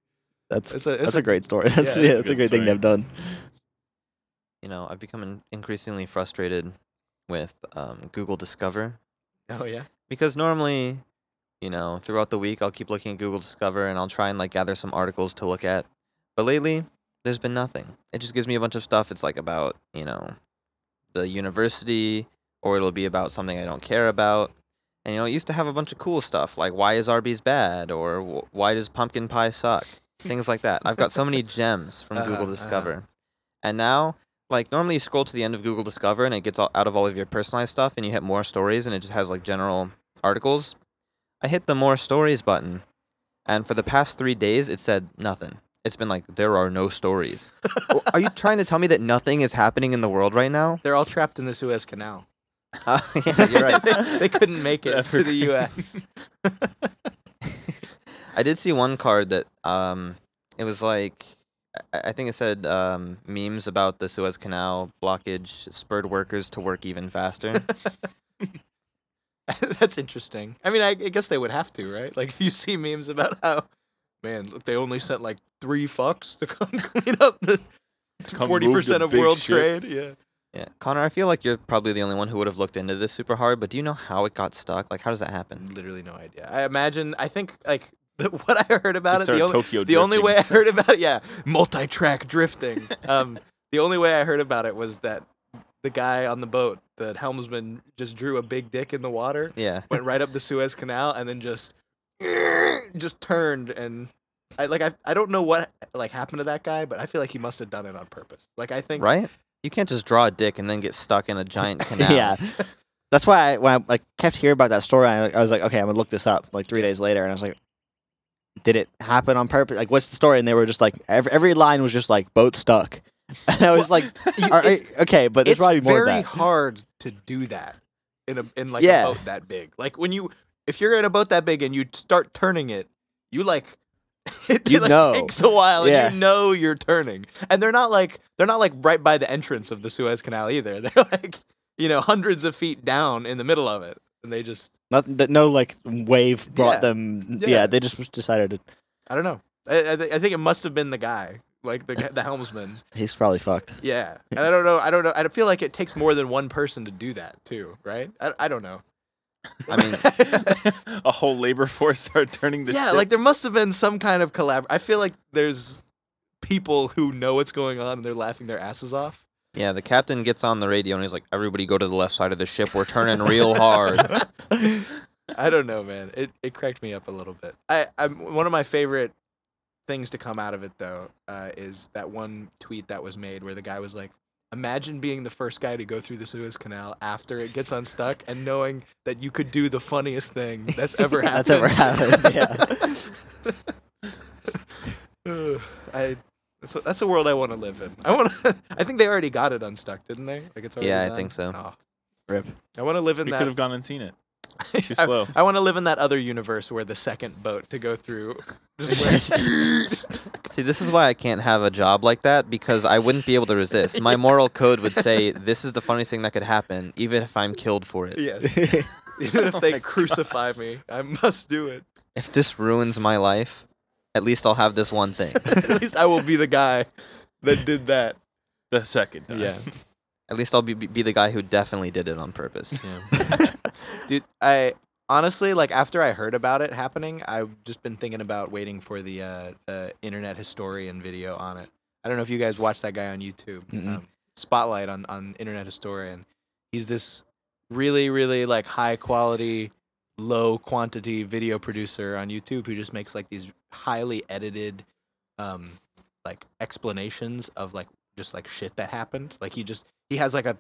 Speaker 2: that's
Speaker 1: It's a, it's
Speaker 2: that's
Speaker 1: a,
Speaker 2: a great story. That's
Speaker 1: yeah,
Speaker 2: yeah,
Speaker 1: it's a
Speaker 2: that's a
Speaker 3: good
Speaker 2: great thing
Speaker 3: story.
Speaker 2: to have done.
Speaker 4: You know, I've become in- increasingly frustrated with um, Google Discover
Speaker 1: oh yeah,
Speaker 4: because normally, you know, throughout the week I'll keep looking at Google Discover and I'll try and like gather some articles to look at. But lately, there's been nothing. It just gives me a bunch of stuff. It's like about, you know, the university or it'll be about something I don't care about. And you know, it used to have a bunch of cool stuff like why is Arby's bad or "Wh- why does pumpkin pie suck? Things like that. I've got so many gems from
Speaker 1: Uh-huh,
Speaker 4: Google
Speaker 1: uh-huh.
Speaker 4: Discover. And now like normally you scroll to the end of Google Discover and it gets all, out of all of your personalized stuff and you hit more stories and it just has like general articles. I hit the more stories button and for the past 3 days it said nothing. It's been like there are no stories. Well, are you trying to tell me that nothing is happening in the world right now?
Speaker 1: they're all trapped in the Suez Canal.
Speaker 4: Uh, yeah, you're right.
Speaker 1: they couldn't make it to the U.S.
Speaker 4: I did see one card that um, it was like I I think it said um, memes about the Suez Canal blockage spurred workers to work even faster.
Speaker 1: That's interesting. I mean, I, I guess they would have to, right? Like, if you see memes about how, man, look, they only sent like three fucks to come clean up the
Speaker 3: come
Speaker 1: forty
Speaker 3: move
Speaker 1: percent
Speaker 3: the
Speaker 1: of
Speaker 3: big
Speaker 1: world
Speaker 3: shit.
Speaker 1: trade. Yeah.
Speaker 4: yeah, Connor, I feel like you're probably the only one who would have looked into this super hard, but do you know how it got stuck? Like, how does that happen?
Speaker 1: Literally no idea. I imagine. I think like the, what I heard
Speaker 3: They
Speaker 1: about it. The
Speaker 3: started
Speaker 1: only,
Speaker 3: Tokyo
Speaker 1: the only
Speaker 3: drifting.
Speaker 1: way I heard about it, yeah, multi-track drifting. Um, the only way I heard about it was that the guy on the boat, the helmsman, just drew a big dick in the water,
Speaker 4: Yeah,
Speaker 1: went right up the Suez Canal, and then just just turned and. I like I, I don't know what like happened to that guy, but I feel like he must have done it on purpose. Like I think
Speaker 4: right. You can't just draw a dick and then get stuck in a giant canal.
Speaker 2: Yeah. That's why I, when I like kept hearing about that story, I, I was like, okay, I'm gonna look this up. Like three days later, and I was like, did it happen on purpose? Like, what's the story? And they were just like, every, every line was just like, boat stuck. And I was like,
Speaker 1: you-
Speaker 2: all
Speaker 1: it's-
Speaker 2: right, okay, but there's
Speaker 1: it's
Speaker 2: probably more of
Speaker 1: very
Speaker 2: that.
Speaker 1: hard to do that in a in like
Speaker 2: Yeah.
Speaker 1: a boat that big. Like when you if you're in a boat that big and you start turning it, you like it
Speaker 2: You
Speaker 1: like
Speaker 2: know.
Speaker 1: takes a while
Speaker 2: Yeah.
Speaker 1: and you know you're turning. And they're not like they're not like right by the entrance of the Suez Canal either. They're like, you know, hundreds of feet down in the middle of it. And they just
Speaker 2: Not that no like wave brought
Speaker 1: Yeah.
Speaker 2: them.
Speaker 1: Yeah.
Speaker 2: Yeah. they just decided to,
Speaker 1: I don't know. I I, th- I think it must have been the guy, like the guy- the helmsman.
Speaker 2: he's probably fucked.
Speaker 1: Yeah. And I don't know. I don't know. I feel like it takes more than one person to do that too, right? I, I don't know.
Speaker 4: I mean,
Speaker 3: a whole labor force started turning the
Speaker 1: yeah,
Speaker 3: ship.
Speaker 1: like there must have been some kind of collab. I feel like there's people who know what's going on and they're laughing their asses off.
Speaker 4: yeah. The captain gets on the radio and he's like, "Everybody, go to the left side of the ship. We're turning real hard."
Speaker 1: I don't know, man. It it cracked me up a little bit. I I'm, one of my favorite things to come out of it though uh, is that one tweet that was made where the guy was like, "Imagine being the first guy to go through the Suez Canal after it gets unstuck and knowing that you could do the funniest thing that's ever happened."
Speaker 2: That's ever happened,
Speaker 1: Ugh, I. That's a, that's a world I want to live in. I want. to I think they already got it unstuck, didn't they? Like it's already
Speaker 4: Yeah, I
Speaker 1: done?
Speaker 4: think so.
Speaker 1: Oh.
Speaker 2: Rip.
Speaker 1: I want to live in
Speaker 3: we
Speaker 1: that.
Speaker 3: could have gone and seen it. Too
Speaker 1: I-
Speaker 3: slow.
Speaker 1: I, want to live in that other universe where the second boat to go through. Just where-
Speaker 4: See, this is why I can't have a job like that because I wouldn't be able to resist. My moral code would say this is the funniest thing that could happen, even if I'm killed for it.
Speaker 1: yes. Even if
Speaker 3: Oh
Speaker 1: they
Speaker 3: my
Speaker 1: crucify
Speaker 3: gosh.
Speaker 1: me, I must do it.
Speaker 4: If this ruins my life, at least I'll have this one thing.
Speaker 1: At least I will be the guy that did that.
Speaker 3: The second time.
Speaker 1: Yeah.
Speaker 4: At least I'll be, be the guy who definitely did it on purpose.
Speaker 1: Dude, I honestly like after I heard about it happening, I've just been thinking about waiting for the uh, uh, internet historian video on it. I don't know if you guys watch that guy on YouTube,
Speaker 2: Mm-mm.
Speaker 1: um, Spotlight on on Internet Historian. He's this really really like high quality, low quantity video producer on YouTube who just makes like these highly edited, um, like explanations of like just like shit that happened. Like he just he has like a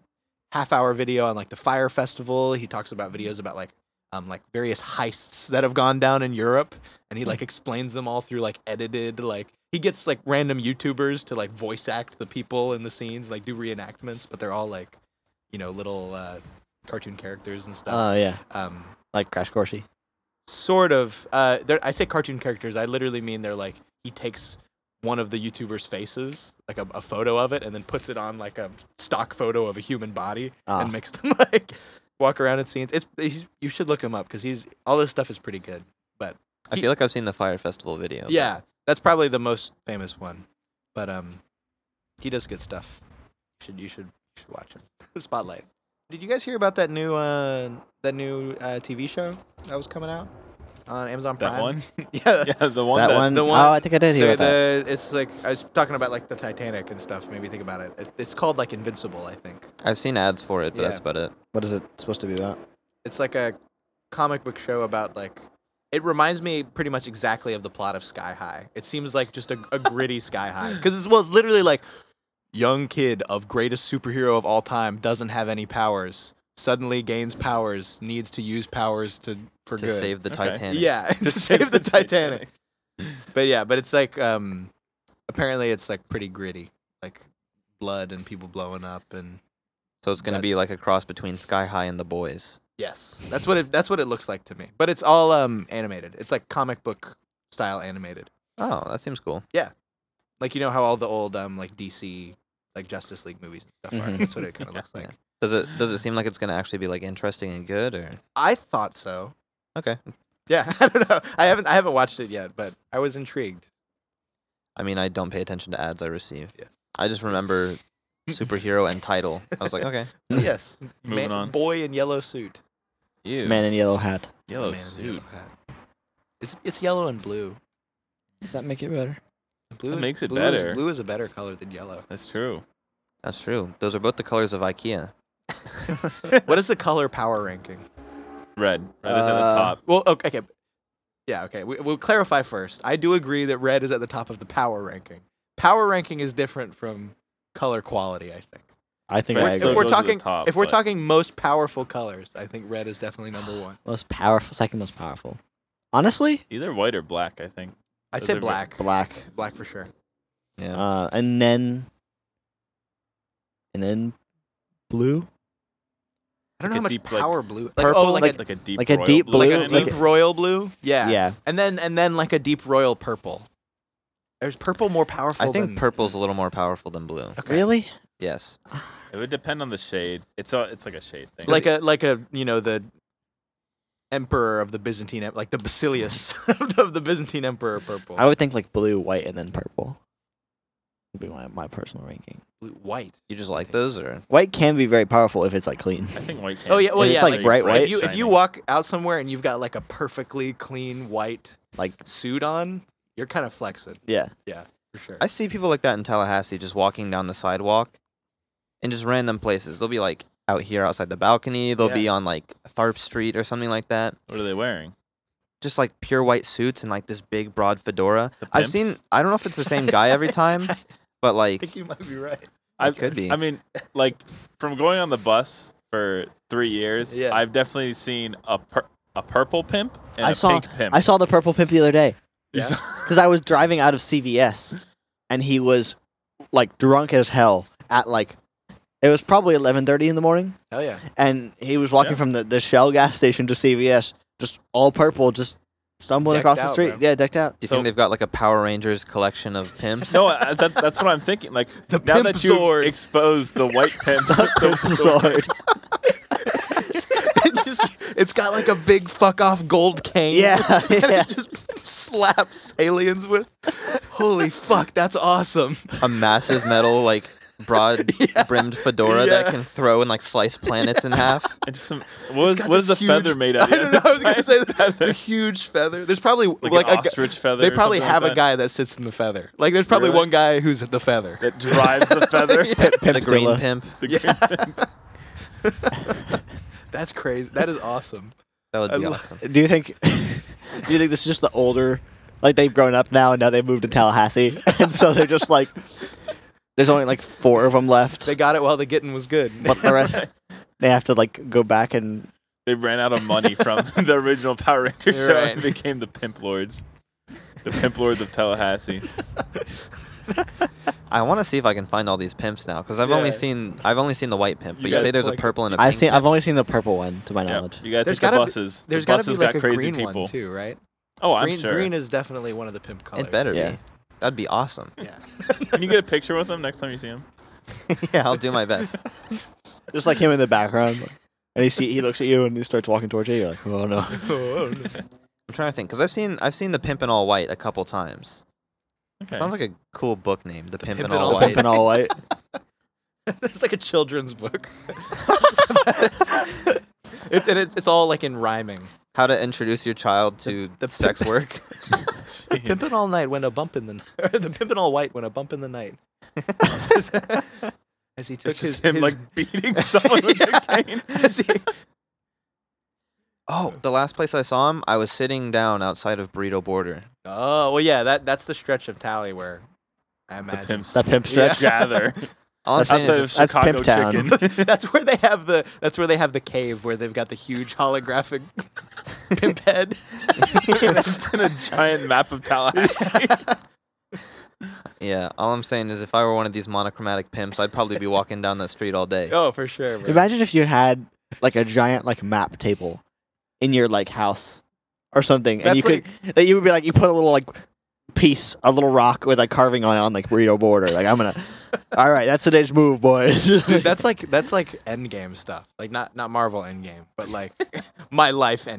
Speaker 1: half hour video on like the fire festival. He talks about videos about like um like various heists that have gone down in Europe and he like explains them all through like edited like he gets like random YouTubers to like voice act the people in the scenes, like do reenactments, but they're all like, you know, little uh cartoon characters and
Speaker 2: Oh
Speaker 1: stuff.
Speaker 2: yeah,
Speaker 1: um
Speaker 2: like Crash Corsi.
Speaker 1: sort of uh they're- I say cartoon characters, I literally mean they're like he takes one of the YouTubers' faces, like a, a photo of it, and then puts it on like a stock photo of a human body,
Speaker 2: Ah,
Speaker 1: and makes them like walk around in scenes. It's he's, you should look him up because he's all this stuff is pretty good.
Speaker 4: I
Speaker 1: He-
Speaker 4: feel like I've seen the Fire Festival video. but
Speaker 1: Yeah, that's probably the most famous one, but um, he does good stuff. You should you should, you should watch him. Spotlight. Did you guys hear about that new uh that new uh, TV show that was coming out on Amazon Prime?
Speaker 3: That one?
Speaker 1: Yeah.
Speaker 3: yeah, the one
Speaker 2: that,
Speaker 3: that,
Speaker 2: one oh
Speaker 1: the one-
Speaker 2: I think I did hear
Speaker 1: The,
Speaker 2: about that.
Speaker 1: the, it's like I was talking about like the Titanic and stuff. Maybe think about it. it it's called like Invincible, I think.
Speaker 4: I've seen ads for it, but
Speaker 1: Yeah.
Speaker 4: that's about it.
Speaker 2: What is it supposed to be about?
Speaker 1: it's like a comic book show about like it reminds me pretty much exactly of the plot of Sky High. It seems like just a, a gritty Sky High because it's well, it's literally like young kid of greatest superhero of all time doesn't have any powers, suddenly gains powers, needs to use powers to for
Speaker 4: To
Speaker 1: good.
Speaker 4: save the
Speaker 3: Okay.
Speaker 4: Titanic.
Speaker 1: yeah, to save the Titanic. But yeah, but it's like um apparently it's like pretty gritty, like blood and people blowing up and
Speaker 4: So it's going to be
Speaker 1: That's-
Speaker 4: like a cross between Sky High and The Boys.
Speaker 1: Yes, that's what it that's what it looks like to me. But it's all um animated. It's like comic book style animated.
Speaker 4: Oh, that seems cool.
Speaker 1: Like you know how all the old um like DC like Justice League movies and stuff are.
Speaker 2: Mhm.
Speaker 1: That's what it kind of looks like.
Speaker 4: yeah. Does it does it seem like it's going to actually be like interesting and good or
Speaker 1: I thought so.
Speaker 4: Okay.
Speaker 1: Yeah, I don't know. I haven't I haven't watched it yet, but I was intrigued.
Speaker 4: I mean, I don't pay attention to ads I receive.
Speaker 1: Yes.
Speaker 4: I just remember superhero and title. I was like, okay.
Speaker 1: yes.
Speaker 3: Moving on.
Speaker 1: Boy in yellow suit.
Speaker 3: Ew.
Speaker 2: Man in yellow hat.
Speaker 3: Yellow
Speaker 1: Man in the
Speaker 3: suit.
Speaker 1: hat. Oh, It's it's yellow and blue.
Speaker 2: Does that make it better?
Speaker 1: Blue
Speaker 3: That
Speaker 1: is-
Speaker 3: makes it
Speaker 1: blue is-
Speaker 3: better.
Speaker 1: blue is a better color than yellow.
Speaker 3: That's true.
Speaker 4: That's true. Those are both the colors of IKEA.
Speaker 1: what is the color power ranking?
Speaker 3: Red. Red is at the
Speaker 2: Uh,
Speaker 3: top.
Speaker 1: Well, okay, okay. Yeah, okay. We, we'll clarify first. I do agree that red is at the top of the power ranking. Power ranking is different from color quality, I think.
Speaker 2: I think
Speaker 3: Red
Speaker 2: I
Speaker 1: If
Speaker 3: still
Speaker 2: agree.
Speaker 1: we're
Speaker 3: goes to the
Speaker 1: talking-
Speaker 3: top,
Speaker 1: if we're
Speaker 3: but-
Speaker 1: talking most powerful colors, I think red is definitely number one.
Speaker 2: Most powerful, second most powerful. Honestly,
Speaker 3: either white or black, I think.
Speaker 1: I'd
Speaker 3: Those
Speaker 1: say
Speaker 3: are ve-
Speaker 1: black.
Speaker 2: black.
Speaker 1: Black for sure.
Speaker 4: Yeah.
Speaker 2: Uh, and then, and then, blue.
Speaker 1: I don't
Speaker 3: Like a
Speaker 1: know how much
Speaker 3: deep, like,
Speaker 1: power blue. Like,
Speaker 2: purple,
Speaker 1: oh, like,
Speaker 2: like-
Speaker 1: a,
Speaker 3: Like a deep
Speaker 2: like a
Speaker 3: royal
Speaker 2: deep
Speaker 3: blue.
Speaker 2: blue,
Speaker 3: I
Speaker 1: deep
Speaker 2: like
Speaker 3: mean,
Speaker 2: a-
Speaker 1: royal blue. Yeah.
Speaker 2: Yeah.
Speaker 1: And then and then like a deep royal purple. There's purple more powerful.
Speaker 4: I think
Speaker 1: than-
Speaker 4: purple's a little more powerful than blue.
Speaker 1: Okay.
Speaker 2: Really?
Speaker 4: Yes.
Speaker 3: it would depend on the shade. It's a, it's like a shade thing.
Speaker 1: like a like a you know the emperor of the Byzantine em- like the basilius of the Byzantine emperor purple
Speaker 2: I would think like blue, white, and then purple. Would be my, my personal ranking.
Speaker 1: Blue- white
Speaker 4: You just like those or
Speaker 2: White can be very powerful if it's like clean.
Speaker 3: I think white. Can
Speaker 1: oh yeah well
Speaker 2: If it's,
Speaker 1: yeah
Speaker 2: like, bright white,
Speaker 1: if you if you
Speaker 3: shiny.
Speaker 1: walk out somewhere and you've got like a perfectly clean white
Speaker 2: Like
Speaker 1: suit on you're kind of flexing
Speaker 2: yeah,
Speaker 1: for sure
Speaker 4: I see people like that in Tallahassee just walking down the sidewalk in just random places. They'll be like out here outside the balcony. They'll be on like Tharp Street or something like that.
Speaker 3: What are they wearing?
Speaker 4: Just like pure white suits and like this big broad fedora.
Speaker 3: The
Speaker 4: I've
Speaker 3: pimps?
Speaker 4: seen I don't know if it's the same guy every time, but like
Speaker 1: think you might be right
Speaker 3: I
Speaker 4: It could be.
Speaker 3: I mean, like from going on the bus for three years,
Speaker 1: Yeah.
Speaker 3: I've definitely seen a pur- a purple pimp and
Speaker 2: I
Speaker 3: a
Speaker 2: saw-
Speaker 3: pink pimp.
Speaker 2: I saw the purple pimp the other day
Speaker 3: You
Speaker 1: Yeah.
Speaker 3: saw-
Speaker 2: because I was driving out of CVS, and he was like drunk as hell at like it was probably eleven thirty in the morning,
Speaker 1: hell yeah
Speaker 2: and he was walking
Speaker 3: Yeah.
Speaker 2: from the, the Shell gas station to CVS, just all purple, just stumbling
Speaker 1: Decked
Speaker 2: across the
Speaker 1: out,
Speaker 2: street.
Speaker 1: bro.
Speaker 2: Yeah, decked out.
Speaker 4: do you
Speaker 3: So-
Speaker 4: think they've got like a Power Rangers collection of pimps?
Speaker 3: no, I, that, that's what I'm thinking. Like
Speaker 1: The
Speaker 3: now
Speaker 1: pimp
Speaker 3: that you
Speaker 1: sword.
Speaker 3: exposed the white pimp, the, the-
Speaker 2: Sword.
Speaker 1: it just, it's got like a big fuck off gold cane
Speaker 2: Yeah,
Speaker 1: that
Speaker 2: yeah.
Speaker 1: it just slaps aliens with holy fuck that's awesome
Speaker 4: A massive metal like broad
Speaker 1: Yeah.
Speaker 4: brimmed fedora
Speaker 1: Yeah.
Speaker 4: that can throw and like slice planets in half.
Speaker 3: And just some, what
Speaker 1: got
Speaker 3: is, what is
Speaker 1: this
Speaker 3: the feather
Speaker 1: huge-
Speaker 3: made of?
Speaker 1: I don't know, I was gonna
Speaker 3: Giant
Speaker 1: say that. The
Speaker 3: feather.
Speaker 1: huge feather. There's probably
Speaker 3: Like,
Speaker 1: like,
Speaker 3: an
Speaker 1: a, gu-
Speaker 3: ostrich feather.
Speaker 1: they
Speaker 3: or
Speaker 1: probably
Speaker 3: something
Speaker 1: have
Speaker 3: like
Speaker 1: a guy that sits in the feather. Like there's probably
Speaker 3: Really?
Speaker 1: one guy who's the feather.
Speaker 3: that that drives the feather.
Speaker 2: Pimp,
Speaker 4: The green
Speaker 2: Pimpzilla.
Speaker 4: pimp.
Speaker 3: The
Speaker 1: Yeah.
Speaker 3: green thing.
Speaker 1: That's crazy. That is awesome.
Speaker 4: That would
Speaker 1: I
Speaker 4: be
Speaker 1: lo-
Speaker 4: awesome.
Speaker 2: Do you think? do you think this is just the older, like they've grown up now and now they've moved to Tallahassee and so they're just like, there's only like four of them left,
Speaker 1: They got it while the getting was good.
Speaker 2: but the rest they have to like go back and
Speaker 3: They ran out of money from the original Power Ranger show and
Speaker 1: Right.
Speaker 3: became the Pimp Lords. The Pimp Lords of Tallahassee.
Speaker 4: I want to see if I can find all these pimps now because I've only
Speaker 1: Yeah.
Speaker 4: seen I've only seen the white pimp,
Speaker 1: You
Speaker 4: but you,
Speaker 1: gotta
Speaker 4: say there's a
Speaker 1: collect-
Speaker 4: purple and a pink.
Speaker 2: I've seen. I've only seen the purple one, to my
Speaker 3: Yeah.
Speaker 2: knowledge.
Speaker 3: You gotta
Speaker 1: There's
Speaker 3: take
Speaker 1: gotta
Speaker 3: the
Speaker 1: be-
Speaker 3: buses.
Speaker 1: There's
Speaker 3: the
Speaker 1: got to
Speaker 3: buses
Speaker 1: be like
Speaker 3: got
Speaker 1: a
Speaker 3: crazy
Speaker 1: green
Speaker 3: people.
Speaker 1: one too, right?
Speaker 3: Oh, I'm
Speaker 1: green,
Speaker 3: sure.
Speaker 1: green is definitely one of the pimp colors.
Speaker 4: it better
Speaker 2: Yeah.
Speaker 4: be. That'd be awesome.
Speaker 1: Yeah.
Speaker 3: Can you get a picture with them next time you see them?
Speaker 4: yeah, I'll do my best.
Speaker 2: Just like him in the background, and he see he looks at you and he starts walking towards you. You're like, oh no.
Speaker 1: Oh, no.
Speaker 4: I'm trying to think because I've seen I've seen the pimp in all white a couple times.
Speaker 3: Okay.
Speaker 4: It sounds like a cool book name, the, pimp,
Speaker 1: Pimp
Speaker 4: in
Speaker 1: in All
Speaker 4: all white.
Speaker 2: Pimping all white.
Speaker 1: That's like a children's book. it, and it's, it's all like in rhyming.
Speaker 4: How to introduce your child to
Speaker 1: the
Speaker 4: sex
Speaker 1: pimp-
Speaker 4: work.
Speaker 3: Jeez.
Speaker 1: Pimpin' all night went a bump in the n- or the pimpin' all white went a bump in the night. as he took
Speaker 3: It's
Speaker 1: his,
Speaker 3: just him
Speaker 1: his-
Speaker 3: like beating someone with a cane.
Speaker 1: as he-
Speaker 4: oh, the last place I saw him, I was sitting down outside of Burrito Border.
Speaker 1: oh well, yeah. That that's the stretch of Tally where I
Speaker 3: The
Speaker 1: imagine
Speaker 3: pimps
Speaker 2: That pimp stretch.
Speaker 3: gather
Speaker 4: All I'm saying
Speaker 3: outside
Speaker 4: is,
Speaker 3: of
Speaker 2: that's
Speaker 3: Chicago
Speaker 2: Pimp Town.
Speaker 3: Chicken.
Speaker 1: that's where they have the that's where they have the cave where they've got the huge holographic pimp head.
Speaker 3: in a giant map of Tallahassee.
Speaker 4: yeah, all I'm saying is, if I were one of these monochromatic pimps, I'd probably be walking down that street all day.
Speaker 1: Oh, for sure. bro.
Speaker 2: Imagine if you had like a giant like map table in your like house or something, and
Speaker 1: That's
Speaker 2: you could that you would be like you put a little like piece, a little rock with like carving on it on like burrito border. Like I'm gonna. All right, that's today's move, boys.
Speaker 1: Dude, that's like that's like Endgame stuff. Like not not Marvel Endgame, but like my life Endgame.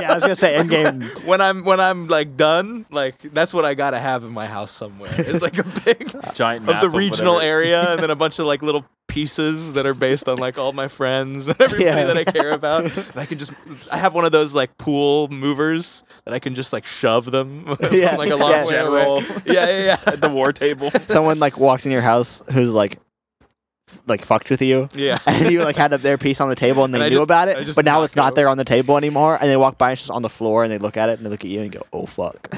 Speaker 2: yeah, I was gonna say Endgame.
Speaker 1: when I'm when I'm like done, like that's what I gotta have in my house somewhere. It's like a big
Speaker 3: giant
Speaker 1: of
Speaker 3: map
Speaker 1: the regional
Speaker 3: whatever.
Speaker 1: area, and then a bunch of like little pieces that are based on like all my friends and everybody
Speaker 2: Yeah.
Speaker 1: that I care about. And I can just I have one of those like pool movers that I can just like shove them
Speaker 2: Yeah.
Speaker 1: from, like a long
Speaker 2: Yeah.
Speaker 1: way away.
Speaker 3: General
Speaker 1: Yeah, yeah, yeah.
Speaker 3: at the war table.
Speaker 2: Someone like walks in your house who's like f- like fucked with you.
Speaker 1: Yeah.
Speaker 2: and you like had up their piece on the table and they
Speaker 1: And I
Speaker 2: knew
Speaker 1: just-
Speaker 2: about
Speaker 1: I
Speaker 2: it,
Speaker 1: just
Speaker 2: but now
Speaker 1: knock
Speaker 2: it's not
Speaker 1: over.
Speaker 2: there on the table anymore. And they walk by and it's just on the floor and they look at it and they look at you and go, "Oh fuck!"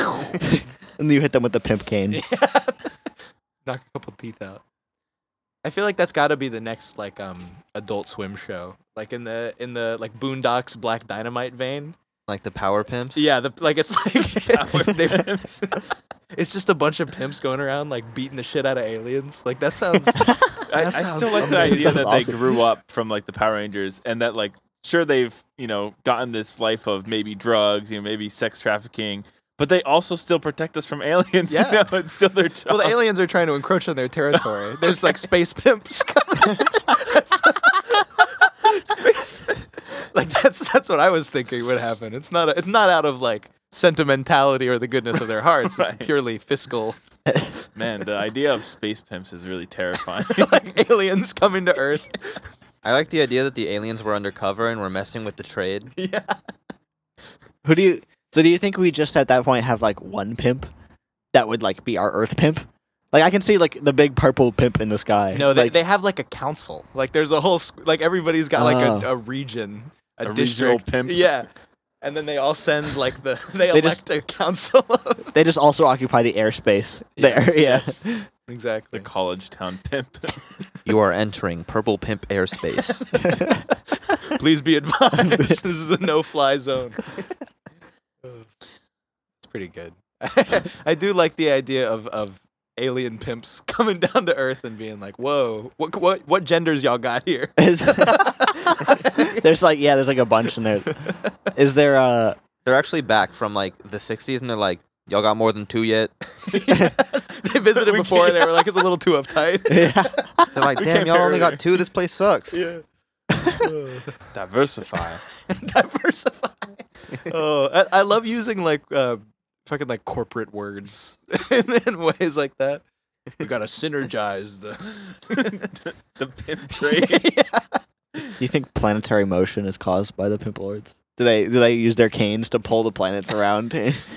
Speaker 2: and you hit them with the pimp cane.
Speaker 1: knock a couple teeth out. I feel like that's got to be the next like um Adult Swim show, like in the in the like Boondocks Black Dynamite vein.
Speaker 4: Like the power pimps.
Speaker 1: Yeah, the, like it's
Speaker 3: Power
Speaker 1: like they-
Speaker 3: pimps.
Speaker 1: it's just a bunch of pimps going around like beating the shit out of aliens. Like that sounds
Speaker 3: I, I
Speaker 1: That
Speaker 3: still
Speaker 1: sounds
Speaker 3: like the
Speaker 1: amazing.
Speaker 3: idea that
Speaker 2: Sounds
Speaker 3: they
Speaker 2: awesome.
Speaker 3: grew up from like the Power Rangers and that like sure they've you know gotten this life of maybe drugs, you know maybe sex trafficking, but they also still protect us from aliens.
Speaker 1: Yeah.
Speaker 3: You know, it's still their job.
Speaker 1: well. The aliens are trying to encroach on their territory. There's like space pimps. coming. Space- like that's that's what I was thinking would happen. It's not a, it's not out of like sentimentality or the goodness of their hearts.
Speaker 3: Right.
Speaker 1: It's purely fiscal.
Speaker 3: Man, the idea of space pimps is really terrifying.
Speaker 1: like aliens coming to Earth.
Speaker 4: I like the idea that the aliens were undercover and were messing with the trade.
Speaker 1: yeah.
Speaker 2: Who do you? So do you think we just at that point have like one pimp that would like be our Earth pimp? Like I can see like the big purple pimp in the sky.
Speaker 1: No, they,
Speaker 2: Like,
Speaker 1: they have like a council. Like there's a whole squ- like everybody's got like
Speaker 2: Oh.
Speaker 1: a, a region, a,
Speaker 3: A regional
Speaker 1: district.
Speaker 3: pimp.
Speaker 1: Yeah. And then they all send like the they,
Speaker 2: They
Speaker 1: elect a council. of-
Speaker 2: they just also occupy the airspace there.
Speaker 1: Yes,
Speaker 2: yeah.
Speaker 1: yes. Exactly.
Speaker 3: the college town pimp.
Speaker 4: You are entering purple pimp airspace.
Speaker 1: Please be advised. this is a no-fly zone. It's pretty good. I do like the idea of of alien pimps coming down to Earth and being like, "Whoa, what what what genders y'all got here?"
Speaker 2: there's like yeah, there's like a bunch in there. Is there uh
Speaker 4: they're actually back from like the 60s and they're like, y'all got more than two yet?
Speaker 1: they visited
Speaker 3: We
Speaker 1: before and they were like, it's a little too uptight.
Speaker 4: They're like, damn,
Speaker 3: can't
Speaker 4: y'all only
Speaker 3: barrier."
Speaker 4: got two. This place sucks.
Speaker 1: yeah.
Speaker 3: Diversify.
Speaker 1: Diversify. Oh, I, I love using like uh, fucking like corporate words in, in ways like that. we gotta synergize the.
Speaker 3: the, the pin trade.
Speaker 2: Do you think planetary motion is caused by the pimp lords? Do they do they use their canes to pull the planets around?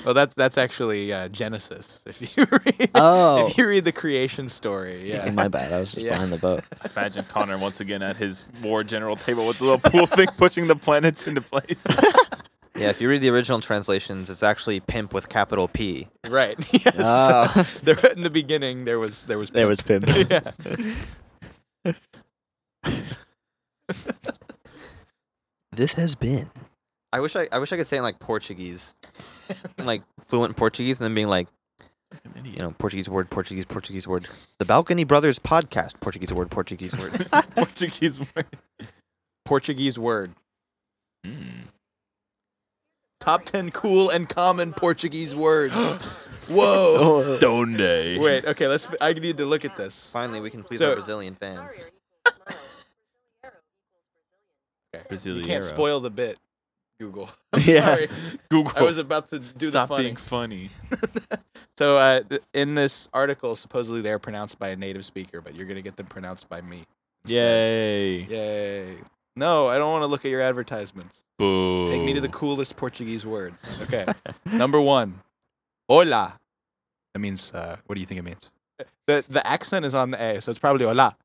Speaker 1: Well, that's that's actually uh, Genesis. If you read,
Speaker 2: oh,
Speaker 1: if you read the creation story, yeah.
Speaker 2: my bad. I was just
Speaker 1: Yeah.
Speaker 2: behind the boat.
Speaker 3: Imagine Connor once again at his war general table with the little pool thing pushing the planets into place.
Speaker 4: Yeah, if you read the original translations, it's actually pimp with capital P.
Speaker 1: Right. Yes.
Speaker 2: Oh.
Speaker 1: there in the beginning there was there was
Speaker 2: There was pimp.
Speaker 1: yeah.
Speaker 2: This has been.
Speaker 4: I wish I, I wish I could say it in like Portuguese, In, like fluent Portuguese, and then being like, you know, Portuguese word, Portuguese, Portuguese word. The Balcony Brothers podcast, Portuguese word, Portuguese word.
Speaker 3: Portuguese word.
Speaker 1: Portuguese word.
Speaker 3: Hmm.
Speaker 1: Top ten cool and common Portuguese words. Whoa.
Speaker 2: Oh.
Speaker 3: Donde.
Speaker 1: Wait. Okay. Let's. fi- I need to look at this.
Speaker 4: Finally, we can please
Speaker 1: So-
Speaker 4: our Brazilian fans.
Speaker 1: You can't spoil the bit. Google. I'm
Speaker 2: Yeah.
Speaker 1: sorry.
Speaker 3: Google.
Speaker 1: I was about to do
Speaker 3: Stop
Speaker 1: the funny.
Speaker 3: being funny.
Speaker 1: So uh, th- in this article, supposedly they're pronounced by a native speaker, but you're gonna get them pronounced by me. instead.
Speaker 3: Yay.
Speaker 1: Yay! No, I don't want to look at your advertisements.
Speaker 3: Boo.
Speaker 1: Take me to the coolest Portuguese words. Okay. Number one, hola. That means uh, what do you think it means? The the accent is on the A, so it's probably hola.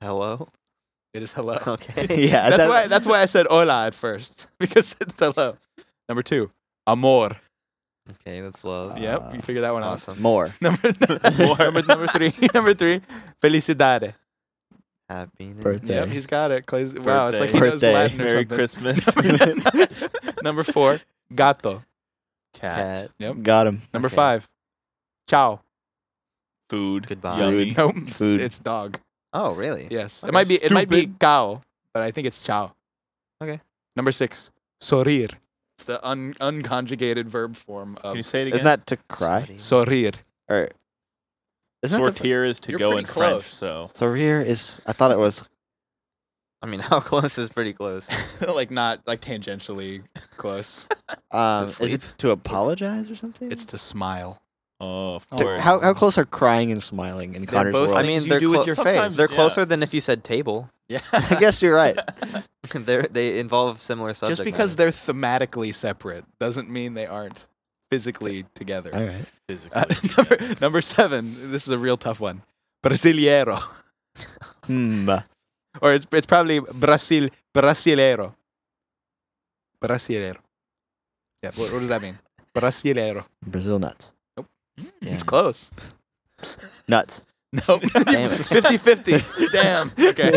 Speaker 4: Hello?
Speaker 1: It is hello.
Speaker 4: Okay.
Speaker 2: Yeah,
Speaker 1: That's
Speaker 2: that-
Speaker 1: why that's why I said hola at first because it's hello. Number two, amor.
Speaker 4: Okay, that's love.
Speaker 1: Yep, you figure that one out.
Speaker 4: Awesome.
Speaker 2: more.
Speaker 1: Number number, number three, number three, felicidade.
Speaker 4: Happiness.
Speaker 2: Birthday.
Speaker 1: Yep, he's got it. Clay's, wow, it's like he
Speaker 3: Birthday.
Speaker 1: knows
Speaker 2: Birthday.
Speaker 1: Latin or
Speaker 3: Merry
Speaker 1: something.
Speaker 3: Christmas.
Speaker 1: Number four, gato.
Speaker 3: Cat.
Speaker 4: Cat.
Speaker 1: Yep.
Speaker 2: Got him.
Speaker 1: Number
Speaker 4: Okay.
Speaker 1: five, ciao.
Speaker 3: Food.
Speaker 4: Goodbye.
Speaker 3: Yummy.
Speaker 1: Nope, it's,
Speaker 2: Food.
Speaker 1: it's dog.
Speaker 4: Oh, really?
Speaker 1: Yes,
Speaker 4: Okay,
Speaker 1: it might be it might be
Speaker 4: stupid.
Speaker 1: cao, but I think it's ciao.
Speaker 4: Okay.
Speaker 1: Number six, sorir. It's the un, unconjugated verb form
Speaker 3: Can you
Speaker 1: of
Speaker 3: say it again?
Speaker 2: Isn't that to cry?
Speaker 4: Buddy.
Speaker 1: sorir.
Speaker 2: Or isn't that the,
Speaker 3: Sortir is to
Speaker 1: You're
Speaker 3: go
Speaker 1: pretty
Speaker 3: in French,
Speaker 1: close.
Speaker 3: so
Speaker 2: Sorir is? I thought it was.
Speaker 4: I mean, how close is pretty close.
Speaker 1: like not like tangentially close.
Speaker 2: Um,
Speaker 4: Is
Speaker 2: is,
Speaker 4: it
Speaker 2: it to apologize or something?
Speaker 1: it's to smile.
Speaker 3: oh, of
Speaker 1: To-
Speaker 2: To-
Speaker 3: course.
Speaker 2: how how close are crying and smiling in Connor's
Speaker 1: both
Speaker 2: world?
Speaker 4: I
Speaker 1: things
Speaker 4: mean,
Speaker 1: you
Speaker 4: they're
Speaker 1: do
Speaker 4: clo-
Speaker 1: with your face.
Speaker 3: sometimes-
Speaker 4: They're
Speaker 3: Yeah.
Speaker 4: closer than if you said table.
Speaker 1: Yeah.
Speaker 2: I guess you're right.
Speaker 4: they're, they involve similar subject
Speaker 1: Just because
Speaker 4: matter.
Speaker 1: they're thematically separate doesn't mean they aren't physically together.
Speaker 2: All right.
Speaker 3: Physically.
Speaker 1: Uh, number, number seven. This is a real tough one. Brasileiro,
Speaker 2: Hmm.
Speaker 1: or it's it's probably Brasil Brasileiro. Brasileiro. Yeah. What, what does that mean? Brasileiro.
Speaker 2: Brazil nuts.
Speaker 1: It's close.
Speaker 2: Nuts.
Speaker 1: Nope.
Speaker 4: Damn it.
Speaker 1: it's 50-50. Damn. Okay.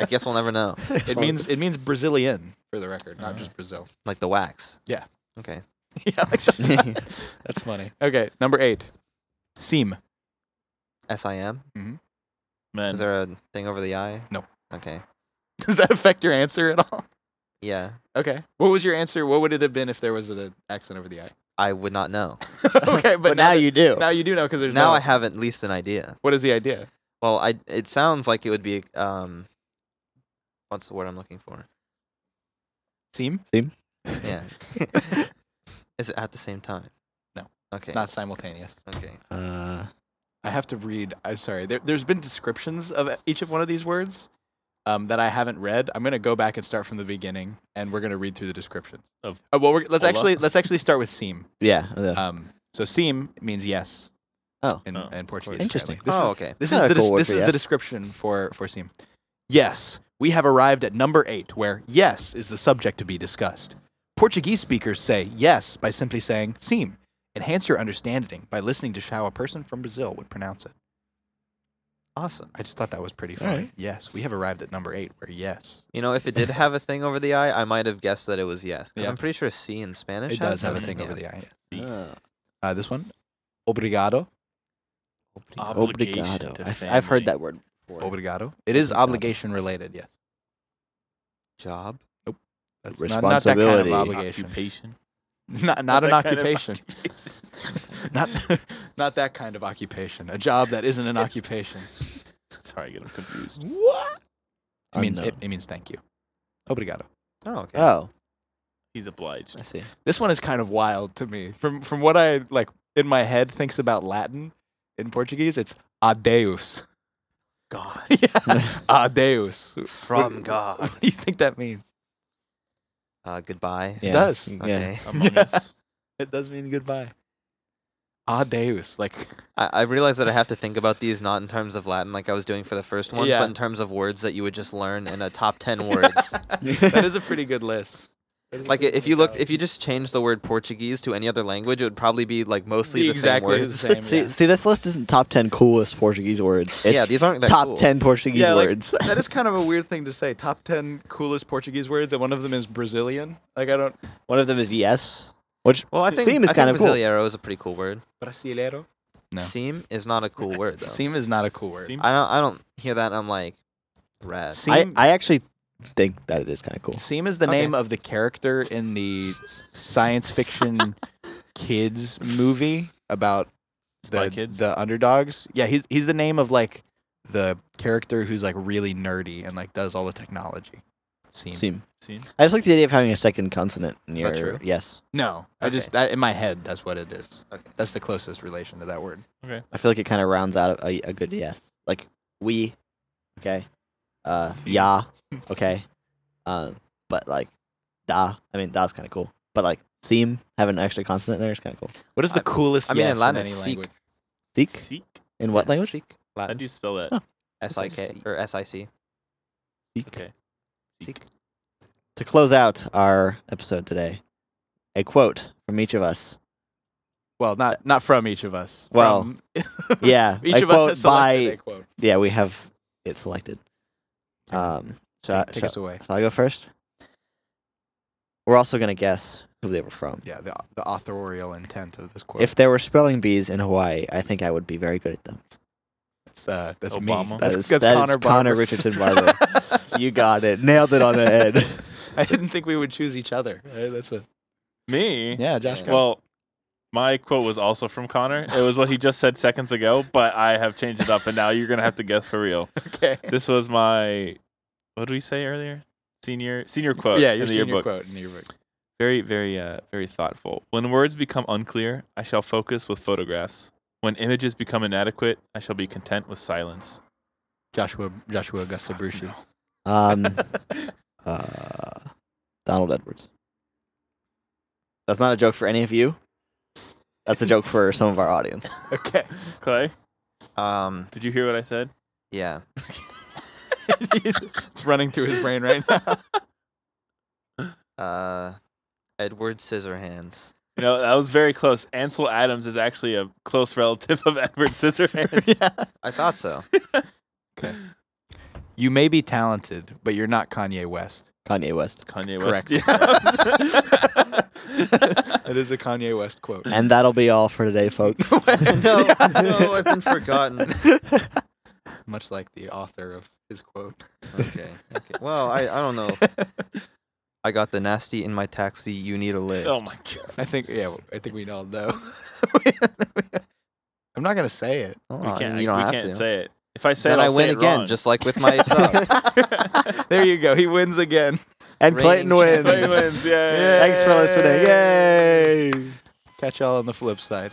Speaker 4: I guess we'll never know.
Speaker 1: it means it means Brazilian for the record,
Speaker 4: Oh.
Speaker 1: not just Brazil.
Speaker 4: Like the wax.
Speaker 1: Yeah.
Speaker 4: Okay.
Speaker 1: Yeah. like- That's funny. Okay. Number eight. Seam.
Speaker 4: S I M.
Speaker 3: Man,
Speaker 4: Is there a thing over the eye?
Speaker 1: No.
Speaker 4: Okay.
Speaker 1: Does that affect your answer at all?
Speaker 4: Yeah.
Speaker 1: Okay. What was your answer? What would it have been if there was an accent over the eye?
Speaker 4: I would not know.
Speaker 1: okay, but,
Speaker 2: But now you do.
Speaker 1: now you do know because there's
Speaker 4: Now
Speaker 1: no-
Speaker 4: I have at least an idea.
Speaker 1: What is the idea?
Speaker 4: Well, I it sounds like it would be um what's the word I'm looking for?
Speaker 1: Seam,
Speaker 4: Yeah. Is it at the same time?
Speaker 1: No.
Speaker 4: Okay.
Speaker 1: not simultaneous.
Speaker 4: okay.
Speaker 2: Uh,
Speaker 1: I have to read. I'm sorry. There, there's been descriptions of each of one of these words um, that I haven't read. I'm gonna go back and start from the beginning, and we're gonna read through the descriptions.
Speaker 3: Of-
Speaker 1: Uh, well, we're, let's
Speaker 3: Hola?
Speaker 1: actually let's actually start with seam.
Speaker 2: yeah. yeah.
Speaker 1: Um, so seam means yes.
Speaker 2: Oh.
Speaker 1: in,
Speaker 3: Oh,
Speaker 1: in Portuguese.
Speaker 2: Interesting.
Speaker 1: apparently. This
Speaker 4: oh,
Speaker 1: is-
Speaker 4: okay.
Speaker 1: This is,
Speaker 2: Kinda
Speaker 1: the,
Speaker 2: cool
Speaker 1: des-
Speaker 2: word
Speaker 1: this
Speaker 2: for
Speaker 1: is the
Speaker 2: yes.
Speaker 1: description for, for Seam. Yes, we have arrived at number eight, where yes is the subject to be discussed. Portuguese speakers say yes by simply saying Seam. Enhance your understanding by listening to how a person from Brazil would pronounce it.
Speaker 4: Awesome.
Speaker 1: I just thought that was pretty
Speaker 2: All
Speaker 1: funny.
Speaker 2: right.
Speaker 1: Yes, we have arrived at number eight, where yes.
Speaker 4: You know, if it did have a thing over the eye, I might have guessed that it was yes. Because
Speaker 1: Yeah.
Speaker 4: I'm pretty sure C in Spanish
Speaker 1: It does have a
Speaker 4: it,
Speaker 1: thing
Speaker 4: yeah.
Speaker 1: over the eye.
Speaker 2: Uh,
Speaker 1: Uh, this one, obrigado.
Speaker 3: obligation
Speaker 2: Obrigado.
Speaker 3: to
Speaker 2: I've, I've heard
Speaker 3: family.
Speaker 2: that word before.
Speaker 1: Obrigado. It is
Speaker 2: Obrigado.
Speaker 1: obligation related, yes.
Speaker 4: Job.
Speaker 1: That's not, not that kind of
Speaker 2: Responsibility.
Speaker 1: obligation.
Speaker 3: Occupation.
Speaker 1: Not, not an
Speaker 3: that kind of
Speaker 1: occupation. not not that kind of occupation. A job that isn't an occupation.
Speaker 3: Sorry, I get them confused.
Speaker 1: What? It means it,
Speaker 2: Unknown.
Speaker 1: it means thank you. Obrigado.
Speaker 4: Oh, okay.
Speaker 1: Uh,
Speaker 2: Oh,
Speaker 3: He's obliged.
Speaker 2: I see.
Speaker 1: This one is kind of wild to me. From from what I like in my head thinks about Latin, in Portuguese, it's adeus.
Speaker 4: God.
Speaker 1: yeah. adeus.
Speaker 4: From
Speaker 1: What-
Speaker 4: God.
Speaker 1: What do you think that means?
Speaker 4: Uh, goodbye.
Speaker 2: Yeah.
Speaker 1: does.
Speaker 4: Okay.
Speaker 3: Among Us.
Speaker 1: It does mean goodbye. Adeus. Like,
Speaker 4: I, I realize that I have to think about these not in terms of Latin like I was doing for the first ones,
Speaker 1: Yeah.
Speaker 4: but in terms of words that you would just learn in a top ten words.
Speaker 1: that is a pretty good list. That is a
Speaker 4: like
Speaker 1: pretty
Speaker 4: if
Speaker 1: good
Speaker 4: you looked,
Speaker 1: job.
Speaker 4: if you just changed the word Portuguese to any other language, it would probably be like mostly the
Speaker 1: exactly
Speaker 4: same words.
Speaker 1: the same.
Speaker 2: See,
Speaker 1: yeah.
Speaker 2: see, this list isn't top ten coolest Portuguese words. It's
Speaker 4: yeah, these aren't that
Speaker 2: top
Speaker 4: cool.
Speaker 2: ten Portuguese
Speaker 1: Yeah, like-
Speaker 2: words.
Speaker 1: that is kind of a weird thing to say. Top ten coolest Portuguese words, and one of them is Brazilian. Like I don't.
Speaker 2: One of them is yes, which
Speaker 4: Well, I think
Speaker 2: seem is
Speaker 4: I
Speaker 2: kind of
Speaker 4: think
Speaker 2: cool.
Speaker 4: Brasileiro is a pretty cool word.
Speaker 1: Brasileiro. No.
Speaker 4: Seam is not a cool word though.
Speaker 1: Seam is not a cool word.
Speaker 3: Seem-
Speaker 4: I don't. I don't hear that. and I'm like,
Speaker 2: I,
Speaker 4: rad.
Speaker 1: Seam,
Speaker 2: I actually think that it is kind of cool.
Speaker 1: Seam is the
Speaker 4: Okay.
Speaker 1: name of the character in the science fiction kids movie about
Speaker 3: Spy
Speaker 1: the
Speaker 3: Kids?
Speaker 1: the underdogs. Yeah, he's he's the name of like the character who's like really nerdy and like does all the technology. Seam.
Speaker 2: Seem.
Speaker 3: Seen?
Speaker 2: I just like the idea of having a second consonant. In
Speaker 4: Is
Speaker 2: your,
Speaker 4: that true?
Speaker 2: Yes,
Speaker 1: No, I
Speaker 4: Okay.
Speaker 1: just that, in my head that's what it is.
Speaker 4: Okay.
Speaker 1: That's the closest relation to that word.
Speaker 2: I feel like it kind of rounds out a, a good yes. Like we, okay, uh,
Speaker 3: Seem.
Speaker 2: yeah, okay, uh, but like da. I mean, da's kind of cool. But like seem having an extra consonant there is kind of cool.
Speaker 1: What is the
Speaker 4: I-
Speaker 1: coolest?
Speaker 4: I mean, in
Speaker 1: yes
Speaker 4: Latin
Speaker 1: any
Speaker 4: it's
Speaker 1: language?
Speaker 2: Seek
Speaker 3: Seek?
Speaker 2: in what
Speaker 4: Yeah,
Speaker 2: language?
Speaker 4: Seek.
Speaker 3: How
Speaker 4: Latin.
Speaker 3: do you spell that?
Speaker 2: Oh.
Speaker 4: S I K or S I C.
Speaker 3: Okay.
Speaker 4: Seek.
Speaker 2: To close out our episode today, a quote from each of us.
Speaker 1: Well, not not from each of us.
Speaker 2: Well,
Speaker 1: From-
Speaker 2: Yeah,
Speaker 1: each
Speaker 2: a
Speaker 1: of us
Speaker 2: quote
Speaker 1: has selected
Speaker 2: by-
Speaker 1: a quote.
Speaker 2: yeah, we have it selected. Um, should I,
Speaker 1: Take
Speaker 2: should,
Speaker 1: us away.
Speaker 2: shall I go first? We're also gonna guess who they were from.
Speaker 1: Yeah, the the authorial intent of this quote.
Speaker 2: If there were spelling bees in Hawaii, I think I would be very good at them.
Speaker 1: that's uh, that's me.
Speaker 3: Obama.
Speaker 1: That's,
Speaker 2: That is-
Speaker 1: that's
Speaker 2: that is
Speaker 1: Connor.
Speaker 2: Connor
Speaker 1: Barber.
Speaker 2: Richardson Barber. you got it, nailed it on the head.
Speaker 1: I didn't think we would choose each other. Uh, That's a
Speaker 3: Me?
Speaker 1: yeah, Josh.
Speaker 4: Yeah.
Speaker 1: Connor.
Speaker 3: Well, my quote was also from Connor. It was what he just said seconds ago, but I have changed it up, and now you're gonna have to guess for real.
Speaker 1: okay.
Speaker 3: This was my what did we say earlier? Senior senior quote.
Speaker 1: yeah,
Speaker 3: in
Speaker 1: your
Speaker 3: the
Speaker 1: senior
Speaker 3: yearbook.
Speaker 1: quote in the yearbook.
Speaker 3: Very very uh very thoughtful. When words become unclear, I shall focus with photographs. When images become inadequate, I shall be content with silence.
Speaker 1: Joshua Joshua Augusta Bruschi.
Speaker 2: Um, uh, Donald Edwards. That's not a joke for any of you. That's a joke for some of our audience.
Speaker 1: Okay.
Speaker 3: Clay,
Speaker 4: Um.
Speaker 3: did you hear what I said?
Speaker 4: Yeah.
Speaker 1: it's running through his brain right now.
Speaker 4: Uh. Edward Scissorhands.
Speaker 3: You know, that was very close. Ansel Adams is actually a close relative of Edward Scissorhands.
Speaker 4: I thought so.
Speaker 1: You may be talented, but you're not Kanye West.
Speaker 2: Kanye West.
Speaker 3: Kanye
Speaker 1: Correct.
Speaker 3: West.
Speaker 1: That is a Kanye West quote.
Speaker 2: And that'll be all for today, folks.
Speaker 4: no, no, I've been forgotten.
Speaker 1: Much like the author of his quote.
Speaker 4: Okay. okay. Well, I, I don't know. I got the nasty in my taxi. You need a lift.
Speaker 3: oh my god.
Speaker 1: I think yeah, well, I think we all know. I'm not gonna say it.
Speaker 4: Oh,
Speaker 3: We
Speaker 4: I
Speaker 3: can't,
Speaker 4: mean, you don't
Speaker 3: we
Speaker 4: have
Speaker 3: can't
Speaker 4: to.
Speaker 3: say it. If I say
Speaker 4: then
Speaker 3: it,
Speaker 4: I
Speaker 3: I'll
Speaker 4: win
Speaker 3: say it
Speaker 4: again,
Speaker 3: wrong.
Speaker 4: just like with my sub.
Speaker 1: There you go. He wins again.
Speaker 2: and Clayton
Speaker 4: Reigning
Speaker 2: wins.
Speaker 4: champion.
Speaker 3: Clay wins. Yay.
Speaker 1: Yeah.
Speaker 2: Thanks for listening. Yay!
Speaker 1: Catch y'all on the flip side.